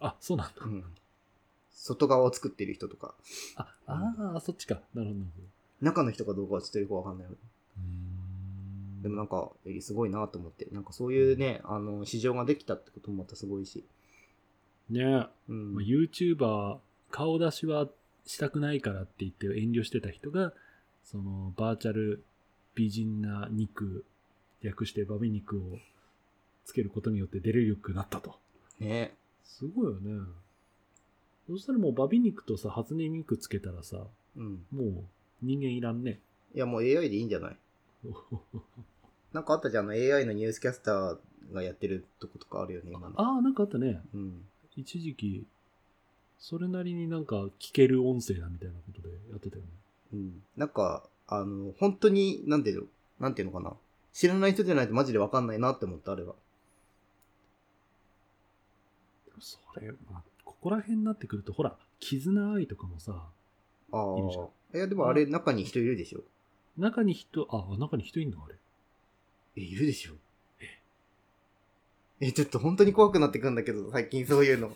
あ、そうなんだ。うん。外側を作ってる人とか、あ、ああ、そっちか。なるほど、なるほど。中の人かどうかはちょっとよくわかんない。うーんでもなんか、えすごいなと思って、なんかそういうね、あの、市場ができたってこともまたすごいし。ねえ、うん。まあ、YouTuber 顔出しはしたくないからって言って遠慮してた人がそのバーチャル美人な肉略してバビ肉をつけることによって出れるよくなったとねすごいよねそしたらもうバビ肉とさ初音ミクつけたらさうん。もう人間いらんねいや、もう AI でいいんじゃないなんかあったじゃん、あの AI のニュースキャスターがやってるとことかあるよね、今の。ああなんかあったねうん。一時期それなりになんか聞ける音声だみたいなことでやってたよねうん。なんか、あの、本当に、なんていうの、なんていうのかな。知らない人じゃないとマジでわかんないなって思った、あれは。それ、まあ、ここら辺になってくると、ほら、絆愛とかもさ、あいるじゃんあ。いや、でもあれ、中に人いるでしょ。中に人、あ、中に人いんのあれ。え、いるでしょえ、ちょっと本当に怖くなってくんだけど、最近そういうの。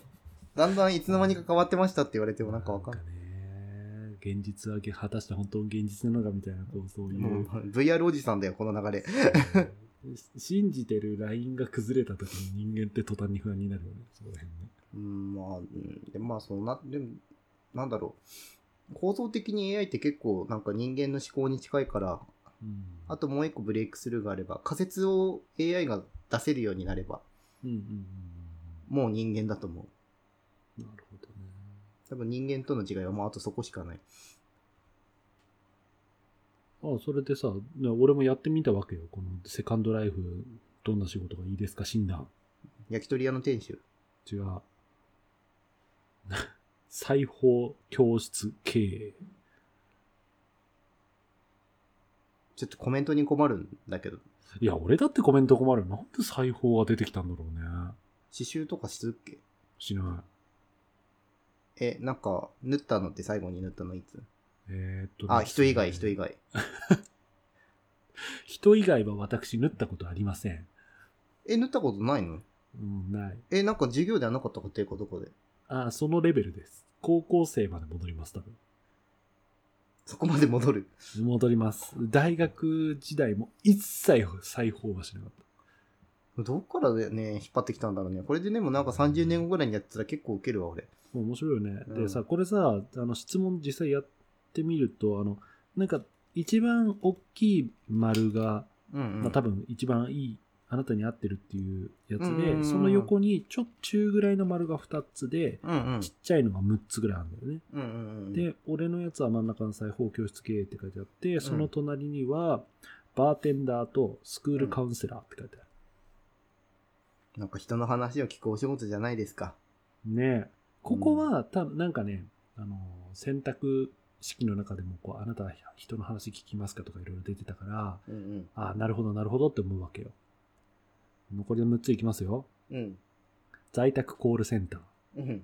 だんだんいつの間にか変わってましたって言われてもなんかわかんない。ね、現実はげ果たして本当の現実なのかみたいな、こう、そういもうう。 VR おじさんだよ、この流れ。 信じてるラインが崩れた時に人間って途端に不安になるよね、その辺ね。うん、まあ、うんでまあ、そんな、でも、なんだろう。構造的に AI って結構なんか人間の思考に近いから、うん。あともう一個ブレイクスルーがあれば、仮説を AI が出せるようになれば、うんうんうんもう人間だと思う。うん。なるほどね。多分人間との違いはもうあとそこしかない。あそれでさ、ね俺もやってみたわけよ。このセカンドライフ、どんな仕事がいいですか診断。焼き鳥屋の店主。違う。裁縫教室経営。ちょっとコメントに困るんだけど、いや、俺だってコメント困る。なんで裁縫が出てきたんだろうね。刺繍とかするっけしなえ、なんか、縫ったのって最後に縫ったのいつい。えーっと、あ、人以外、人外。以外。人以外は私縫ったことありません。え、縫ったことないのうん、ない。え、なんか授業ではなかったかっていうかどこであーそのレベルです。高校生まで戻ります、多分。そこまで戻る。戻ります。大学時代も一切裁縫はしなかった。どっからでね、引っ張ってきたんだろうね。これででもなんか30年後ぐらいにやってたら結構ウケるわ、俺。もう面白いよね。うでんさ、これさ、あの質問実際やってみると、あの、なんか一番大きい丸が、うん、うん。まあ多分一番いい、あなたに合ってるっていうやつうんうんうんうで、んその横にちょっ中ぐらいの丸が2つで、うんうんちっ。ちゃいのが6つぐらいあるんだよね。うんうんうん。、で、俺のやつは真ん中の裁縫教室経営って書いてあって、その隣には、バーテンダーとスクールカウンセラーって書いてある。なんか人の話を聞くお仕事じゃないですか。ねえここは、たなんかね、あの、選択式の中でも、こう、あなたは人の話聞きますかとかいろいろ出てたから、うんうん。ああ、なるほど、なるほどって思うわけよ。残りの6ついきますよ。うん。在宅コールセンター。うん。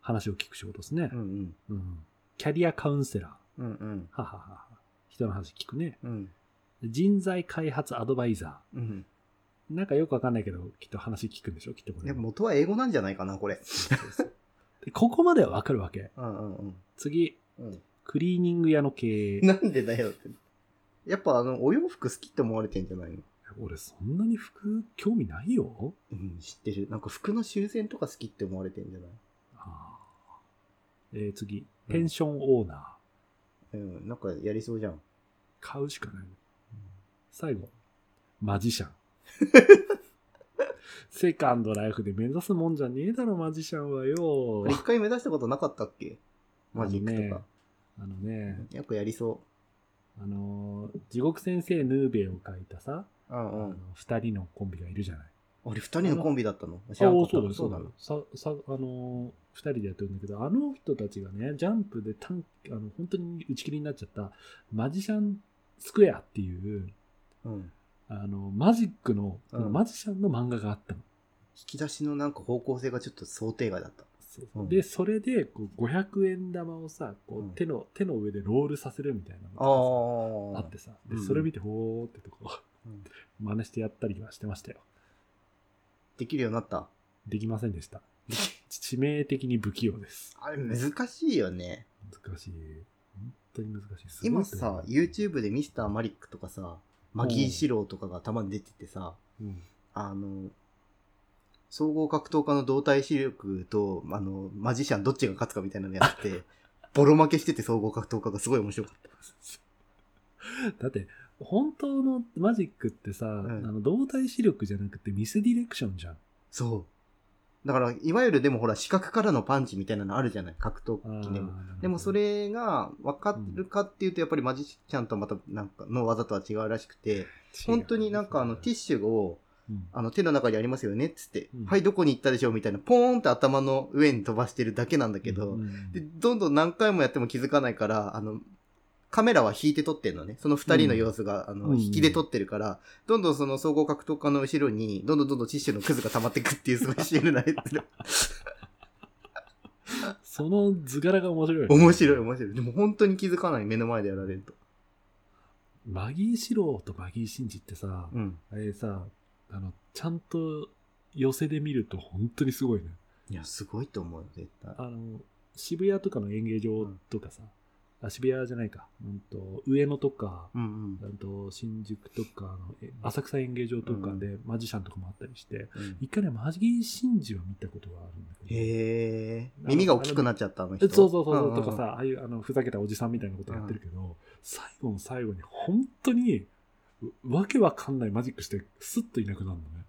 話を聞く仕事ですねう。んうん。キャリアカウンセラー。うん。うんうん。はははは。人の話聞くね。うん。人材開発アドバイザうん。ー。なんかよくわかんないけど、きっと話聞くんでしょきっとこれでも。元は英語なんじゃないかな、これ。でここまではわかるわけ。うんうんうん。次、うん、クリーニング屋の経営。なんでだよって。やっぱあの、お洋服好きって思われてんじゃないの俺そんなに服興味ないよ。うん、知ってる。なんか服の修繕とか好きって思われてんじゃないあーえー次、うんペンションオーナー。うん、なんかやりそうじゃん。買うしかない。最後、マジシャ ン。セカンドライフで目指すもんじゃねえだろ、マジシャンはよこれ。一回目指したことなかったっけマジックとか。あのね、よくやりそあのー地獄先生ヌーベイを書いたさ、う。うんあうのん。二人のコンビがいるじゃない。俺二人のコンビだったの。知らんかあったそうだよそそううなだのよ。ささあのー、2人でやってるんだけど、あの人たちがね、ジャンプで短あの本当に打ち切りになっちゃった、マジシャンスクエアっていう、うん。引あのマジックの、うんマジシャンの漫画があったの。き出しのなんか方向性がちょっと想定外だった。うんで、それでこう500円玉をさ、こうんう手の、手の上でロールさせるみたいなあのがあさあってさ、でうんそれ見て、ほーってとこ、うん真似してやったりはしてましたよ。できるようになった。でできませんでした。致命的に不器用です。あれ難しいよね。難しい。本当に難しい。すごい今と思さう、 YouTube でミスターマリックとかさ、マギーシローとかがたまに出ててさ、うんあの、総合格闘家の動体視力と、あの、マジシャンどっちが勝つかみたいなのやってて、ボロ負けしてて総合格闘家がすごい面白かった。だって、本当のマジックってさ、んあの動体視力じゃなくてミスディレクションじゃん。そう。だから、いわゆるでもほら、視覚からのパンチみたいなのあるじゃない格闘技でも。でもそ、れが分かるかっていうと、やっぱりマジシャンとはまたなんかの技とは違うらしくて、本当になんかあのティッシシュをュ、うんあの手の中にありますよねっつって、うんはい、どこに行ったでしょうみたいな、ポーンって頭の上に飛ばしてるだけなんだけど、うんで、どんどん何回もやっても気づかないから、あの、カメラは引いて撮ってんのね。その二人の様子が、あうの、ん引きで撮ってるから、どんどんその総合格闘家の後ろに、どんどんどんどんティッシュのクズが溜まってくっていう、すごいシールなや つ。その図柄が面白いよね、面白い、面白い。でも本当に気づかない、目の前でやられると。マギーシローとマギーシンジってさ、うん。あれさ、あの、ちゃんと寄せで見ると本当にすごいね。いや、すごいと思うよ、絶対。あの、渋谷とかの演芸場とかさ、あ渋谷じゃないか、うんと、上野とか、うんうんあと新宿とかのえ浅草演芸場とかでマジシャンとかもあったりして、うん。一回ねマジギーシンジを見たことがあるんだけどへえ。耳が大きくなっちゃった、あのえ人。そうそうそうそんうとかさ、。ああいうあのふざけたおじさんみたいなことやってるけど、最後の最後に本当にうわけわかんないマジックしてスッといなくなるのね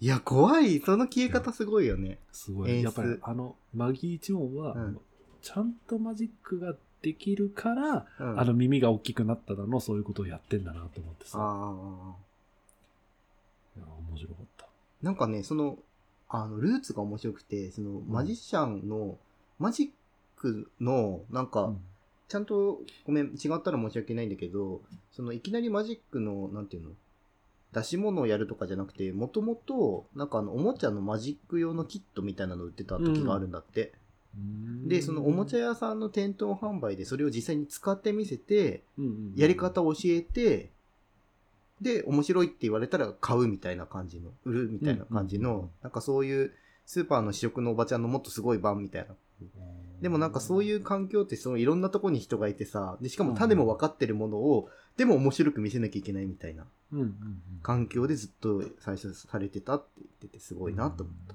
いや、怖い。その消え方すごいよね。すごい演出やっぱりあのマギー一門は、うんちゃんとマジックができるから、うんあの耳が大きくなっただのそういうことをやってんだなと思ってさああ。いや面白かったなんかね、その、あの、ルーツが面白くて、その、マジシャンの、マジックの、なんか、うんちゃんと、ごめん、違ったら申し訳ないんだけど、その、いきなりマジックの、なんていうの出し物をやるとかじゃなくて、もともと、なんかあの、おもちゃのマジック用のキットみたいなの売ってた時があるんだって。で、そのおもちゃ屋さんの店頭販売でそれを実際に使ってみせて、やり方を、を教えて、で、面白いって言われたら買うみたいな感じの、売るみたいな感じの、うん、なんかそういう、スーパーの試食のおばちゃんのもっとすごい版みたいな。でもなんかそういうう環境ってそのいろんなとこに人がいてさ、で、しかも種も分かってるものを、でも面白く見せなきゃいけないみたいなうんうんうん環境でずっと最初されてたって言っててすごいなと思った。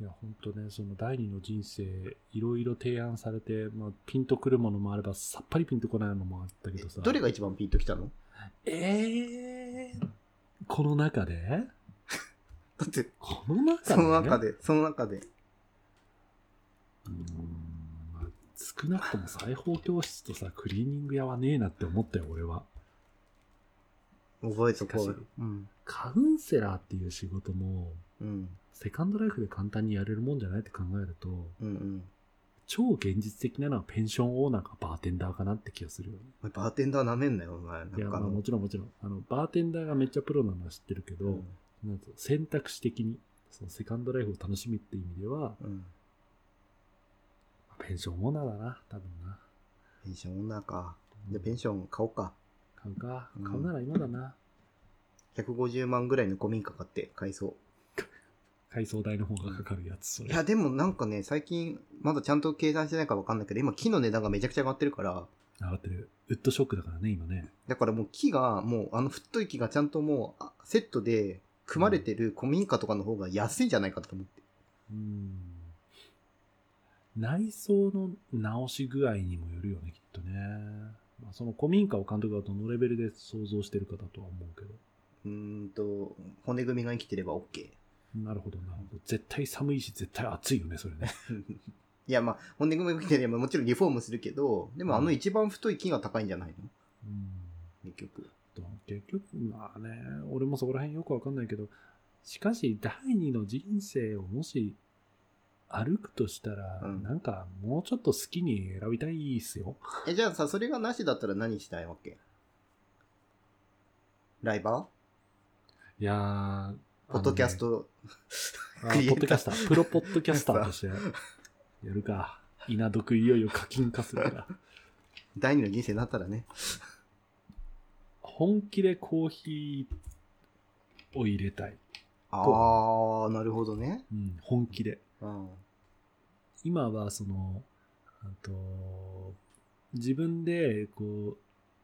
いや本当ねその第二の人生いろいろ提案されて、まあ、ピンとくるものもあればさっぱりピンとこないのもあったけどさえどれが一番ピンときたのえー、この中でだって、この中でその中で、その中で。うーんまあ少なくとも裁縫教室とさクリーニング屋はねえなって思ったよ俺は覚えとしこかしう。うん。カウンセラーっていう仕事もうん。セカンドライフで簡単にやれるもんじゃないって考えるとうんうん。超現実的なのはペンションオーナーかバーテンダーかなって気がするよねお前バーテンダー舐めんなよ、お前。なんいや、かまああ、のもちろんもちろん。あの、バーテンダーがめっちゃプロなのは知ってるけど、うんなんつうの選択肢的に、そのセカンドライフを楽しみって意味では、うん。ペンションオーナーだな、多分な。ペンションオーナーか。で、うんペンション買おうか。買うかう。ん買うなら今だな。 150万ぐらいの古民家買って買いそう。改装代の方がかかるやつ、そいれ。や、でもなんかね、最近、まだちゃんと計算してないからわかんないけど、今木の値段がめちゃくちゃ上がってるから、上がってる。ウッドショックだからね、今ね。だからもう木が、もうあの太い木がちゃんともうあセットで組まれてる古民家とかの方が安いんじゃないかと思って。うーん。内装の直し具合にもよるよね、きっとね。まあ、その古民家を監督がどのレベルで想像してるかだとは思うけど。うーんと、骨組みが生きてれば OK。なるほど、なるほど。絶対寒いし、絶対暑いよね、それね。いや、まあ、骨組みが生きてればもちろんリフォームするけど、でもあの一番太い木が高いんじゃないのうん。結局。と結局まあね俺もそこら辺よくわかんないけどしかし第二の人生をもし歩くとしたら、うんなんかもうちょっと好きに選びたいっすよえ、じゃあさ、それがなしだったら何したいわけライバいやーーポッドキャスト、あのねあーポッドキャスタープロポッドキャスターとしてやるか稲毒いよいよ課金化するか第二の人生になったらね。本気でコーヒーを入れたい、ああ、なるほどね。うん、本気でうん。今はそのあと自分でこう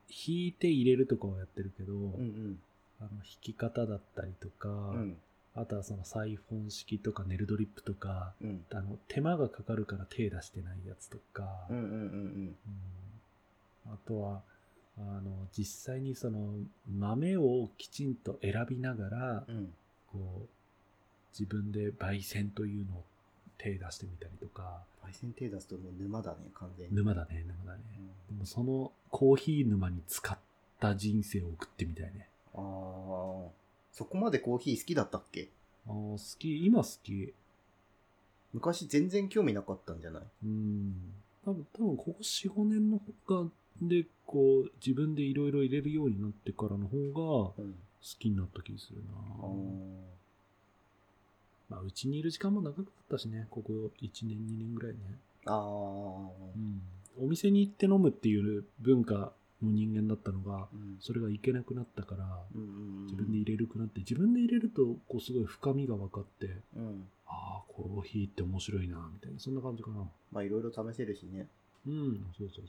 引いて入れるとかはやってるけど、うんあの引き方だったりとか、うん。うん。あとはそのサイフォン式とかネルドリップとかうん。あの手間がかかるから手出してないやつとか、ううんんうんうんあとはあの実際にその豆をきちんと選びながら、うん。うん。こう自分で焙煎というのを手出してみたりとか焙煎手出すともう沼だね、完全に。沼だね沼だね、うん。でもそのコーヒー沼に使った人生を送ってみたいね。ああ、そこまでコーヒー好きだったっけあー好き、今好き。昔全然興味なかったんじゃないうん。多分、多分ここ4、5年の方が、で、こう、自分でいろいろ入れるようになってからの方が好うん。きになった気がするな。あーまあ、うちにいる時間も長かったしね、ここ1年、2年ぐらいね。あー。うん。お店に行って飲むっていう文化の人間だったのが、うんそれがいけなくなったから、うんうんうん自分で入れるくなって、自分で入れると、こう、すごい深みが分かって、うん。ああ、コーヒーって面白いな、みたいな、そんな感じかな。まあいろいろ試せるしね。うん、そうそう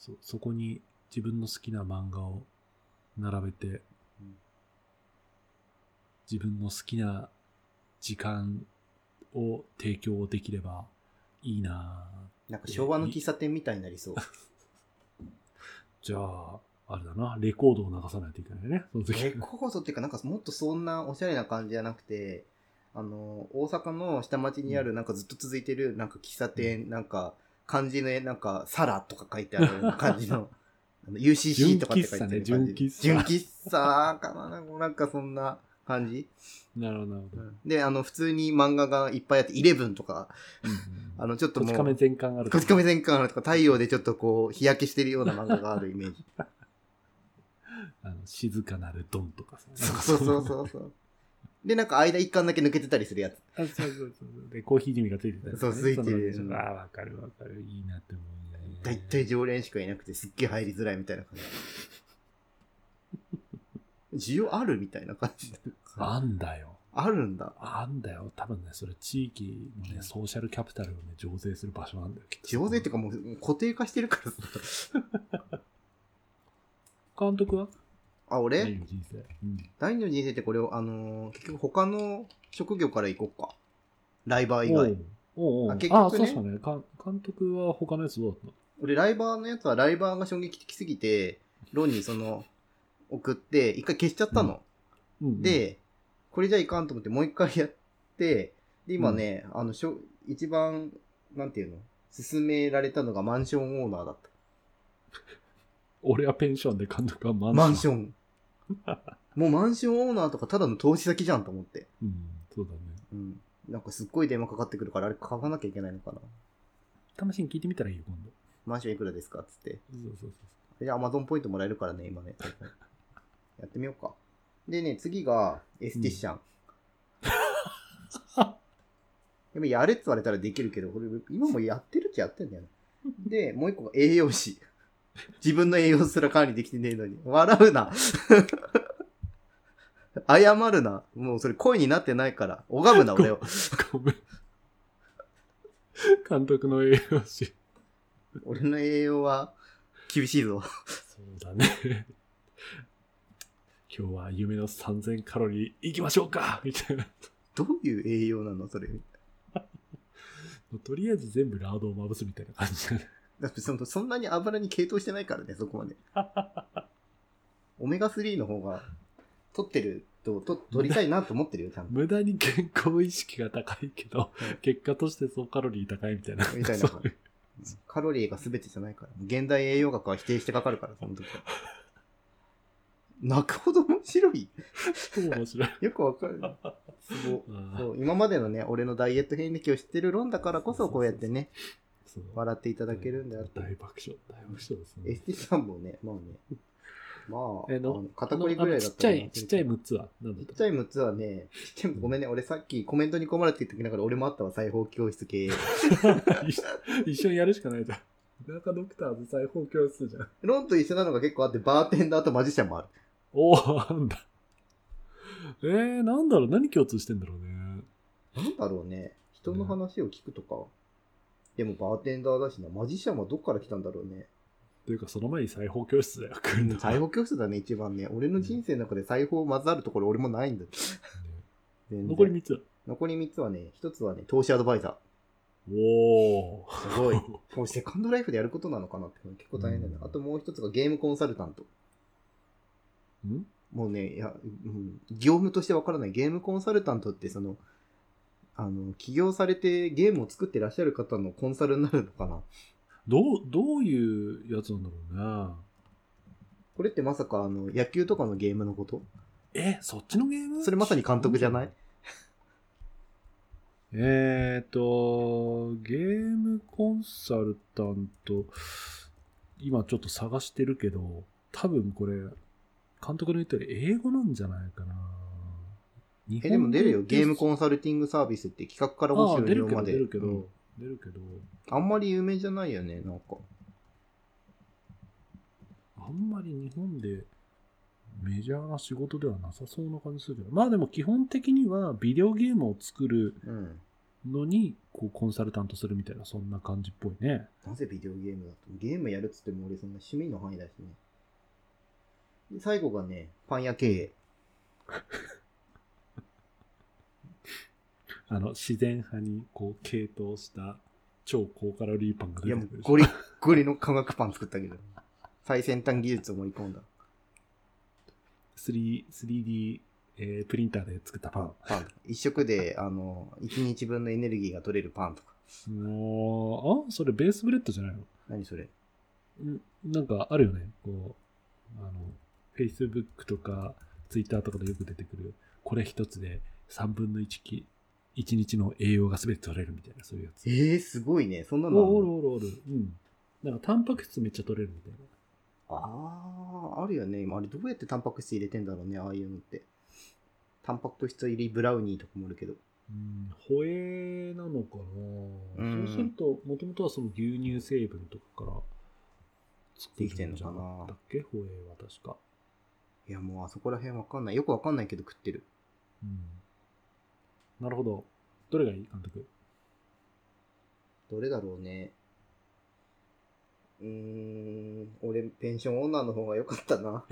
そう。そ、そこに自分の好きな漫画を並べてうん、自分の好きな時間を提供できればいいななんか昭和の喫茶店みたいになりそう。じゃあ、あれだな、レコードを流さないといけないね、その時。レコードっていうか、なんかもっとそんなおしゃれな感じじゃなくて、あの、大阪の下町にある、なんかずっと続いてる、なんか喫茶店、なんか、漢字の絵、なんか、サラとか書いてあるような感じの、あの UCC とかって書いてある感じ。純喫茶ね純喫茶純喫茶かな、なんかそんな、感じ、 なるほど、なるほど。で、あの、普通に漫画がいっぱいあって、イレブンとか、あの、ちょっとこもちう、亀全巻あるこち亀全巻あるとか、太陽でちょっとこう、日焼けしてるような漫画があるイメージ。あの静かなるドンとかさ。そうそうそうそうそう。で、なんか間一巻だけ抜けてたりするやつ。あそうそうそうそう。で、コーヒー地味がついてたりとかね、そうついてるそのああ、わかるわかる。いいなって思うね。だいたい常連しかいなくて、すっげえ入りづらいみたいな感 じ。需要あるみたいな感じ。あんだよ。あるんだ。あんだよ。多分ね、それ地域のね、ソーシャルキャピタルをね、醸成する場所なんだよ。きっと上手っていうかもうもう固定化してるからさ。監督はあ、俺、何の人生。うん。第二の人生ってこれを、あのー結局他の職業から行こうか。ライバー以外。おうおうおうあ結あ、局そうねそうね。か監督は他のやつどうだっ俺、ライバーのやつはライバーが衝撃的すぎて、ロンにその、送って、一回消しちゃったの。たの、うん、で、これじゃいかんと思って、もう一回やって、で、今ね、あの、しょ一番、なんていうの勧められたのがマンションオーナーだった。俺はペンションで監督はマンション。マンション。 もうマンションオーナーとかただの投資先じゃんと思って。うん、そうだね。うん。なんかすっごい電話かかってくるから、あれ買わなきゃいけないのかな。試しに聞いてみたらいいよ、今度。マンションいくらですかっつって。そうそうそうそう。で、アマゾンポイントもらえるからね、今ね。 やってみようか。でね、次が、エスティシャン。 でも、やれって言われたらできるけど、俺、今もやってるっちゃやってんだよね。で、もう一個が栄養士。 自分の栄養すら管理できてねえのに。笑うな。 謝るな。もうそれ声になってないから。拝むな、俺を。ごめん。 監督の栄養士。俺の栄養は厳しいぞ。そうだね。 今日は夢の3000カロリー行きましょうかみたいな。どういう栄養なの、それ。とりあえず全部ラードをまぶすみたいな感じだね。だってそのそんなに油に傾倒してないからね、そ こまで。オメガ3の方が、取ってると、と取りたいなと思ってるよ、ちゃんと。無駄に健康意識が高いけど、結果として総カロリー高いみたい な。みたいなそう感じ。カロリーが全てじゃないから。現代栄養学は否定してかかるから、その時は。泣くほど面白い。そう面白い。よくわかる。すごいあーそう今までのね、俺のダイエット遍歴を知ってる論だからこそ、こうやってね、そう笑っていただけるんだよ。大爆笑、大爆笑ですエねス。テさんもね、まあね、まあ、えあのの肩こりぐらいだあのちったっちゃらい、ちっちゃい6つは何だっちたっちゃい6つ はね、ちっちゃいごめんね、俺さっきコメントに困るって言った時だから俺もあったわ、裁縫教室系。 一緒一緒にやるしかないじゃん。田舎ドクターズ裁縫教室じゃん。ロンと一緒なのが結構あって、バーテンダーとマジシャンもある。おお、なんだ。えー、なんだろう何共通してんだろうね。なんだろうね、人の話を聞くとか。でもバーテンダーだしな、マジシャンはどっから来たんだろうね。というか、その前に裁縫教室だよ、来るの。裁縫教室だね、一番ね。俺の人生の中で裁縫まずあるところ俺もないんだ。全 然残り3つ。残り3つはね、1つはね、投資アドバイザおお。ー。すごい。 もうセカンドライフでやることなのかなって結構大変だね。うんあともう1つがゲームコンサルタント。んもうね、いや、うん、業務としてわからない。ゲームコンサルタントって、その、あの、起業されてゲームを作ってらっしゃる方のコンサルになるのかなどう、どういうやつなんだろうな。これってまさか、あの、野球とかのゲームのことえ、そっちのゲームそれまさに監督じゃないえーと、ゲームコンサルタント、今ちょっと探してるけど、多分これ、監督の言ってる英語なんじゃないかな。日え、でも出るよ。ゲームンコンサルティングサービスって企画かサら保守出のる量けまど、で。出るけど、うん出るけど、あんまり有名じゃないよね、なんか。あんまり日本でメジャーな仕事ではなさそうな感じするけど、まあでも基本的にはビデオゲームを作るうん。のに、こうコンサルタントするみたいな、そんな感じっぽいね。なぜビデオゲームだとゲームやるっつっても俺そんな趣味の範囲だしね。で、最後がね、パン屋経営。あの、自然派にこう、系統した超高カロリーパンがい出やてもうくるでしょゴリッゴリの化学パン作ったけど。最先端技術を盛り込んだ。 3 3D、えープリンターで作ったパン。パン。一食で、あの、一日分のエネルギーが取れるパンとか。もう、あそれベースブレッドじゃないの何それんなんかあるよね。こう、あの、Facebook とか Twitter とかでよく出てくる、これ一つで3分の1き、1日の栄養が全て取れるみたいな、そういうやつ。ええすごいね。そんなおのあんるおるのおるおる。うん。なんかタンパク質めっちゃ取れるみたいな。ああ、あるよね。今あれどうやってタンパク質入れてんだろうね、ああいうのって。タンパク質入りブラウニーとかもあるけど。うん、ホエーなのかな、うんそうすると、もともとはその牛乳成分とかから作できてんのかなだっけホエーは確か。いや、もうあそこら辺わかんない。よくわかんないけど食ってる。うん。なるほど。どれがいい監督どれだろうね。うーん、俺、ペンションオーナーの方が良かった な。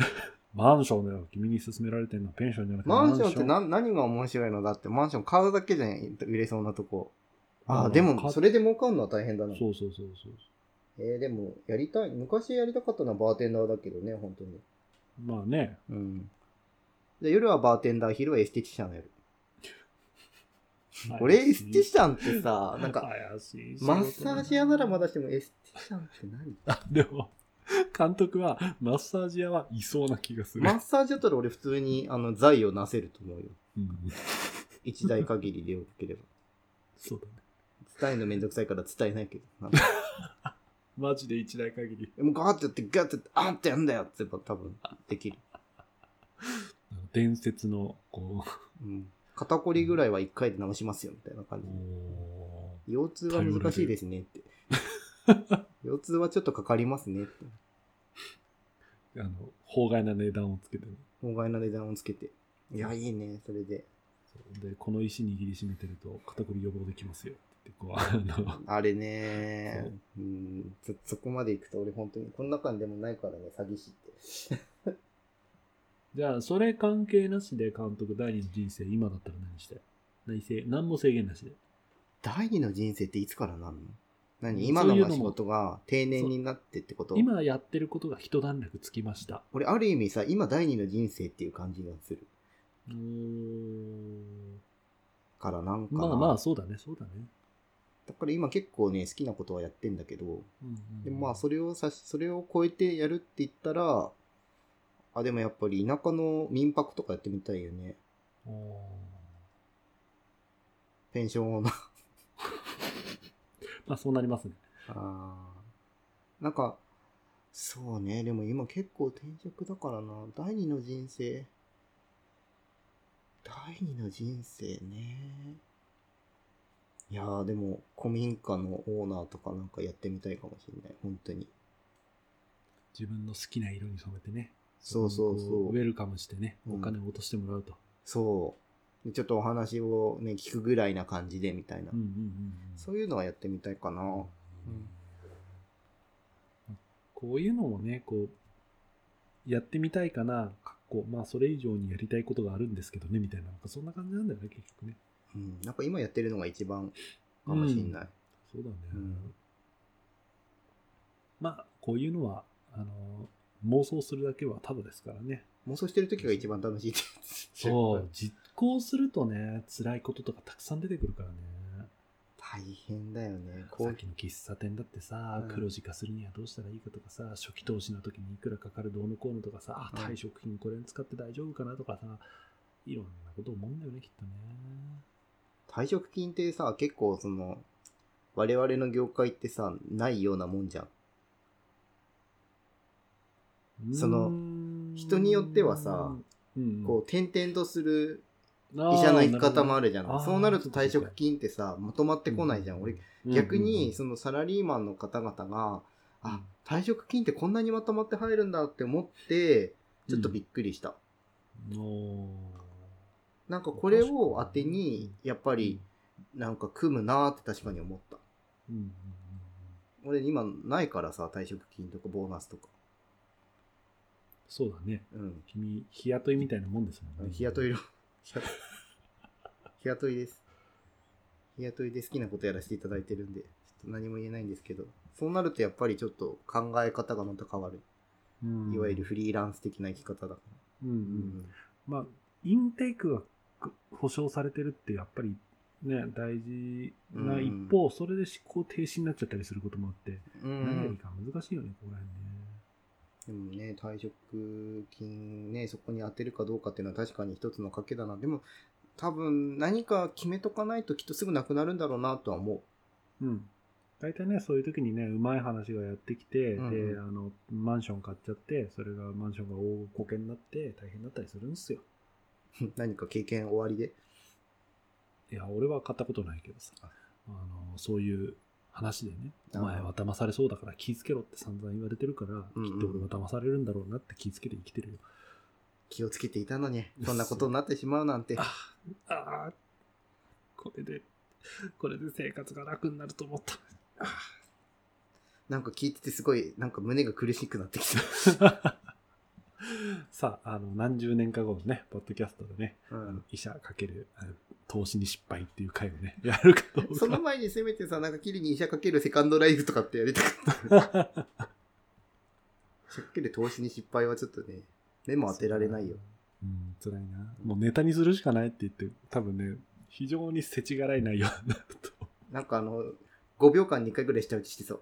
マンションだよ。君に勧められてるのはペンションじゃなくてマンションってな何が面白いのだって、マンション買うだけじゃん、売れそうなとこ。ああ、でも、それれで儲かるのは大変だな。そうそうそうそう。えーでも、やりたい、昔やりたかったのはバーテンダーだけどね、本当に。まあね。うん。で夜はバーテンダー、昼はエステティシャンの夜。俺、エスティシャンってさ、なんか、怪しい仕事だマなッサージ屋ならまだしても、エステティシャンって何でも、監督は、マッサージ屋はいそうな気がする。マッサージだったら俺普通に、あの、財をなせると思うよ。うん、一台限りでよ ければ。そうだね。伝えるのめんどくさいから伝えないけど。なん かマジで一台限り。もうガーってやって、ガーってやって、あんってやんだよって言えば多分できる。伝説の、こうん。肩こりぐらいは一回で治しますよ、みたいな感う、じ。お腰痛は難しいです ねって。腰痛はちょっとかかりますねって。ーあの、法外な値段をつけてね。法外な値段をつけて。いや、いいね、それで。そうで、この石握りしめてると、肩こり予防できますよ。ってこう、あの、あれねうんそ、そこまで行くと俺本当に、この中にでもないからね、詐欺師って。 じゃあ、それ関係なしで監督、第二の人生、今だったら何して何せ、何も制限なしで。第二の人生っていつからなんのそう何いう今ののがも仕事が定年になってってこと今やってることが一段落つきました。俺ある意味さ、今第二の人生っていう感じがするうーん。からなんかなまあまあ、そうだね、そうだね。だから今結構ね、好きなことはやってんだけど、うんうんでもまあそれをさし、それを超えてやるって言ったら、あ、でもやっぱり田舎の民泊とかやってみたいよね。おペンションをな。ーまあそうなりますね。あーなんか、そうね、でも今結構転職だからな。第二の人生。第二の人生ね。いやーでも、古民家のオーナーとかなんかやってみたいかもしれない。本当に。自分の好きな色に染めてね。そうそうこそうウェルカムしてね、うんお金を落としてもらうと。そう。でちょっとお話をね、聞くぐらいな感じでみたいな。うんうんうんうん。そういうのはやってみたいかな。こういうのもね、こう、やってみたいかな、かっこ、まあそれ以上にやりたいことがあるんですけどね、みたいな、なんかそんな感じなんだよね、結局ね。うん。なんか今やってるのが一番かもしれない。そうだね。うんまあ、こういうのは、あの、妄想するだけはタダですからね。妄想してる時が一番楽しいってやつ。そう、実行するとね、辛いこととかたくさん出てくるからね。大変だよね。こさっうきの喫茶店だってさう、ん黒字化するにはどうしたらいいかとかさ、初期投資の時にいくらかかるどうのこうのとかさ、あ、うん退職金これに使って大丈夫かなとかさ、いろんなこと思うんだよね、きっとね。退職金ってさ、結構その、我々の業界ってさ、ないようなもんじゃん。そのうーん人によってはさ、うんこう、転々とする医医者の生き方もあるじゃあーん。そうなると退な職るほ金ってさ、まとまってこないじゃん。俺、逆に、そのサラリーマンの方々が、あ、退職金ってこんなにまとまって入るんだって思って、ちょっとびっくりした。なんかこれを当てに、やっぱぱり、なんか組むなーって確かに思った。うんうん俺今ないからさ、退職金とかボーナスとか。そうだね。うん。君、日雇いみたいなもんですもんね。日雇いろ。日雇い日雇いです。日雇いで好きなことやらせていただいてるんで、ちょっと何も言えないんですけど、そうなるとやっぱりちょっと考え方がまた変わる。うんいわゆるフリーランス的な生き方だかうんうら。ん。まあ、インテークが保証されてるって、やっぱりね、大事な一方、それで思考停止になっちゃったりすることもあって、うん。何がいいか難しいよね、ここら辺ね。でもね、退職金ね、そこに当てるかどうかっていうのは確かに一つの賭けだな。でも、多分何か決めとかないときっとすぐなくなるんだろうなとは思う。 うん。大体ね、そういう時にね、うまい話がやってきて、うんで、あの、マンション買っちゃって、それが、マンションが大こけになって、大変だったりするんですよ。何か経験終わりで。いや、俺は買ったことないけどさ、あの、そういう話でね、あお前は騙されそうだから気ぃつけろって散々言われてるから、うんうんきっと俺は騙されるんだろうなって気ぃつけて生きてるよ。気をつけていたのに、そんなことになってしまうなんて。あああ、これで、これで生活が楽になると思った。なんか聞いててすごい、なんか胸が苦しくなってきた。さあ、あの、何十年か後のね、ポッドキャストでね、うん。医者かけるあの投資に失敗っていう回を ね、やるかどうそのか。前にせめてさ、なんかキリに医者かけるセカンドライフとかってやりたかった。 借金で投資に失敗はちょっとね、目も当てられないよ。。うん、辛いな。もうネタにするしかないって言って、多分ね、非常に世知辛い内容になると。なんかあの、5秒間に1回ぐらい下打ちしてそう。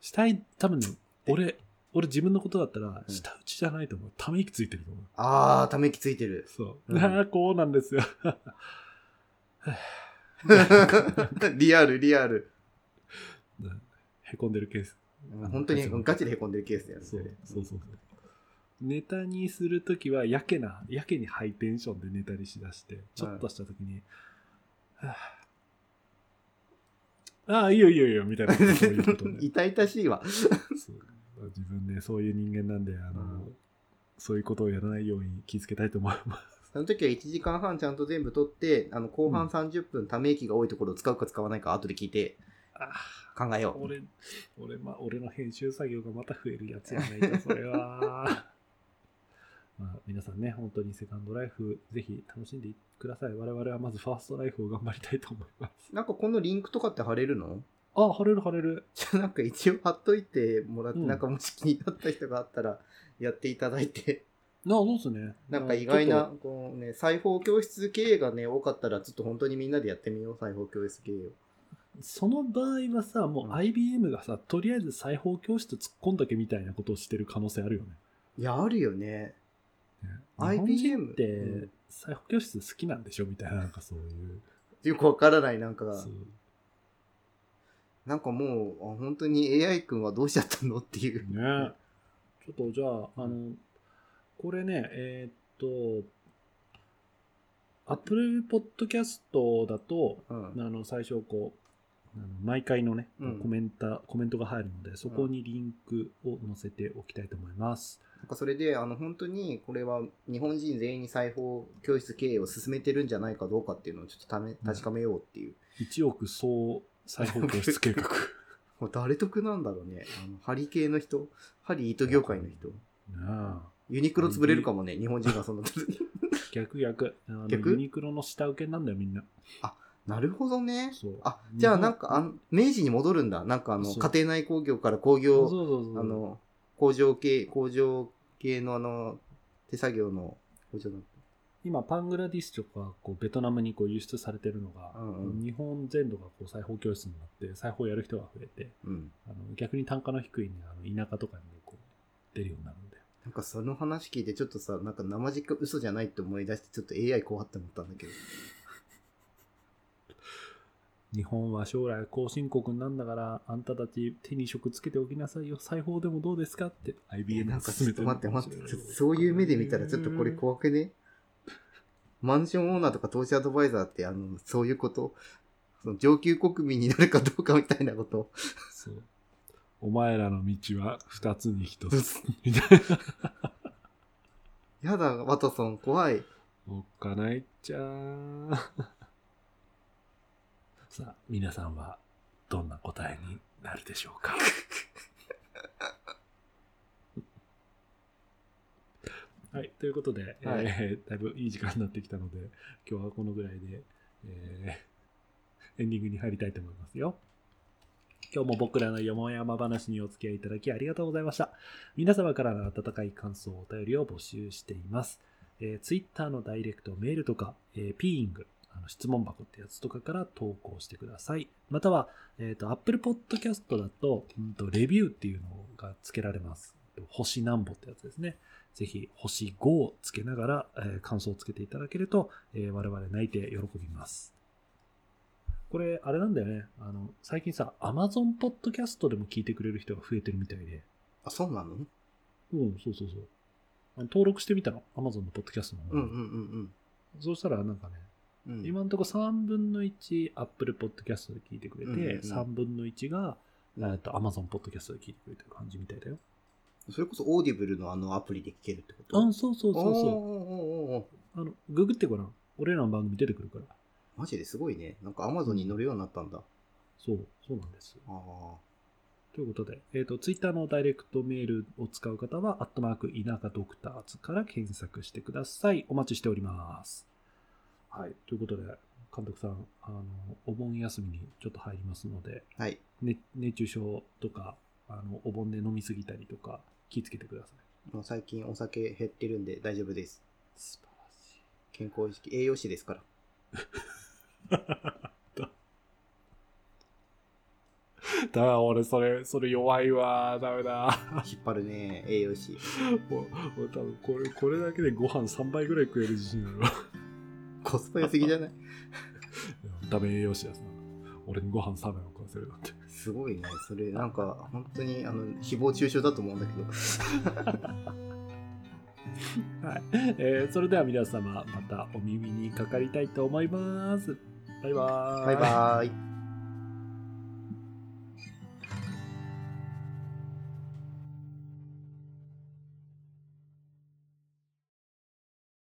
したい、多分ね、俺、俺自分のことだったら、うん下打ちじゃないと思う。ため息ついてると思う。あー、ため息つい てる。そう。うんああ、こうなんですよ。 リアル、リアル。へこんでるケース。本当にガチで凹んでるケースだよね。そうれ。そうそうそう。ネタにするときは、やけな、やけにハイテンションでネタにしだして、ちょっとしたときに、はぁああ、いいよいいよいいよ、みたいなことを言うことね 痛々しいわ。そう自分ね、そういう人間なんで、あの、うんそういうことをやらないように気をつけたいと思います。その時は1時間半ちゃんと全部取って、あの後半30分ため息が多いところを使うか使わないか後で聞いてあ考あ、えよう。俺、俺、ま、俺の編集作業がまた増えるやつやないか、それは。 まあ、皆さんね、本当にセカンドライフ、ぜひ楽しんでください。我々はまずファーストライフを頑張りたいと思います。なんかこのリンクとかって貼れるの あ、晴れる晴れる。じゃあなんか一応貼っといてもらって、うんなんかもし気になった人があったら やっていただいて、なあ、そうっすね。なんか意外な、こうね、裁縫教室経営がね、多かったらちょっと本当にみんなでやってみよう、裁縫教室経営を。その場合はさ、もううん IBM がさ、とりあえず裁縫教室突っ込んだけみたいなことをしてる可能性あるよね。いや、あるよね。ね IBM 日本人っうてん裁縫教室好きなんでしょみたいな、なんかそういう。よくわからない、なんか、そうなんかもう、あ本当に AI 君はどうしちゃったのっていう。ね。ちょっとじゃあ、あの、これね、えーっと、Apple Podcast だと、うあん。の、最初こう、あの毎回のね、うんコメンタ、コメントが入るので、そこにリンクを載せておきたいと思います。なんかそれで、あの、本当に、これは日本人全員に裁縫教室経営を進めてるんじゃないかどうかっていうのをちょっとため確かめようっていう。 1億総裁縫教室計 画。もう誰得なんだろうね。あの、針系の人、針糸業界の人。なあユニクロ潰れるかもね、日本人がそんな時に。逆逆。あの逆ユニクロの下請けなんだよ、みんな。 なるほどね。そう。あ、じゃあなんか、か、あの明治に戻るんだ。なんかあの、そう家庭内工業から工そう業、そうそうそう。あの、工場系、工場系のあの、手作業の、工場の、今パングラディスとかこうベトナムにこう輸出されてるのが、うんうん日本全土がこう裁縫教室になって裁縫やる人が増えてうん。あの逆に単価の低い、ね、あの田舎とかにもこう出るようになるんでなんかその話聞いてちょっとさ、なんか生実家嘘じゃないって思い出して、ちょっと AI 怖って思ったんだけど。日本は将来後進国なんだからあんたたち手に職つけておきなさいよ裁縫でもどうですかって IBM なんがか勧ちょめってとる待って待って、ちょっとそういう目で見たらちょっとこれ怖くねマンションオーナーとか投資アドバイザーって、あの、そういうことその上級国民になるかどうかみたいなこと。そうお前らの道は二つに一つ やだ、ワトソン、怖い。おっかないっちゃー さあ、皆さんはどんな答えになるでしょうか はい、ということで、えーだいぶいい時間になってきたので、今日はこのぐらいで、えーエ ンディングに入りたいと思いますよ。今日も僕らのよもやま話にお付き合いいただきありがとうございました。皆様からの温かい感想、お便りを募集しています。えー、Twitter のダイレクト、メールとか、えー、ピーイング、あの質問箱ってやつとかから投稿してください。または、えっ、と、Apple Podcast だと、うんと、レビューっていうのが付けられます。星なんぼってやつですね。ぜひ、星5をつけながら、えー感想をつけていただけると、えー我々泣いて喜びます。これ、あれなんだよね。あの、最近さ、Amazon ポッドキャストでも聞いてくれる人が増えてるみたいで。あ、そうなのうん、そうそうそう。あの登録してみたの。Amazon のポッドキャストの方うんに。うんうんそうしたら、なんかね、うん。うん、今のところ3分の1、Apple ポッドキャストで聞いてくれて、うんうんうん3分の1が、えーと、Amazon ポッドキャストで聞いてくれてる感じみたいだよ。それこそオーディブルのあのアプリで聞けるってことあ、そうそうそうそう。そう。あの、ググってごらん。俺らの番組出てくるから。マジですごいね。なんかアマゾンに乗るようになったんだ。そう、そうなんです。ああ。ということで、えっ、と、ツイッターのダイレクトメールを使う方は、アットマーク、田舎ドクターズから検索してください。お待ちしております。はい。ということで、監督さん、あの、お盆休みにちょっと入りますので、はい。ね、熱中症とか、あの、お盆で飲みすぎたりとか、気をつけてください。もう最近お酒減ってるんで大丈夫です。素晴らしい。健康意識、栄養士ですから。 だ、俺、それ、それ弱いわ。ダメだ。 引っ張るね、栄養士。もう、もう多分これ、これだけでご飯3杯ぐらい食える自信あるわ。 コスパ良すぎじゃない ダメ栄養士やさ。俺にご飯3杯を食わせるなんて。 すごいね。それなんか本当にあの、誹謗中傷だと思うんだけど。はい。えーそれでは皆様、またお耳にかかりたいと思います。バイバーイ。バイバーイ。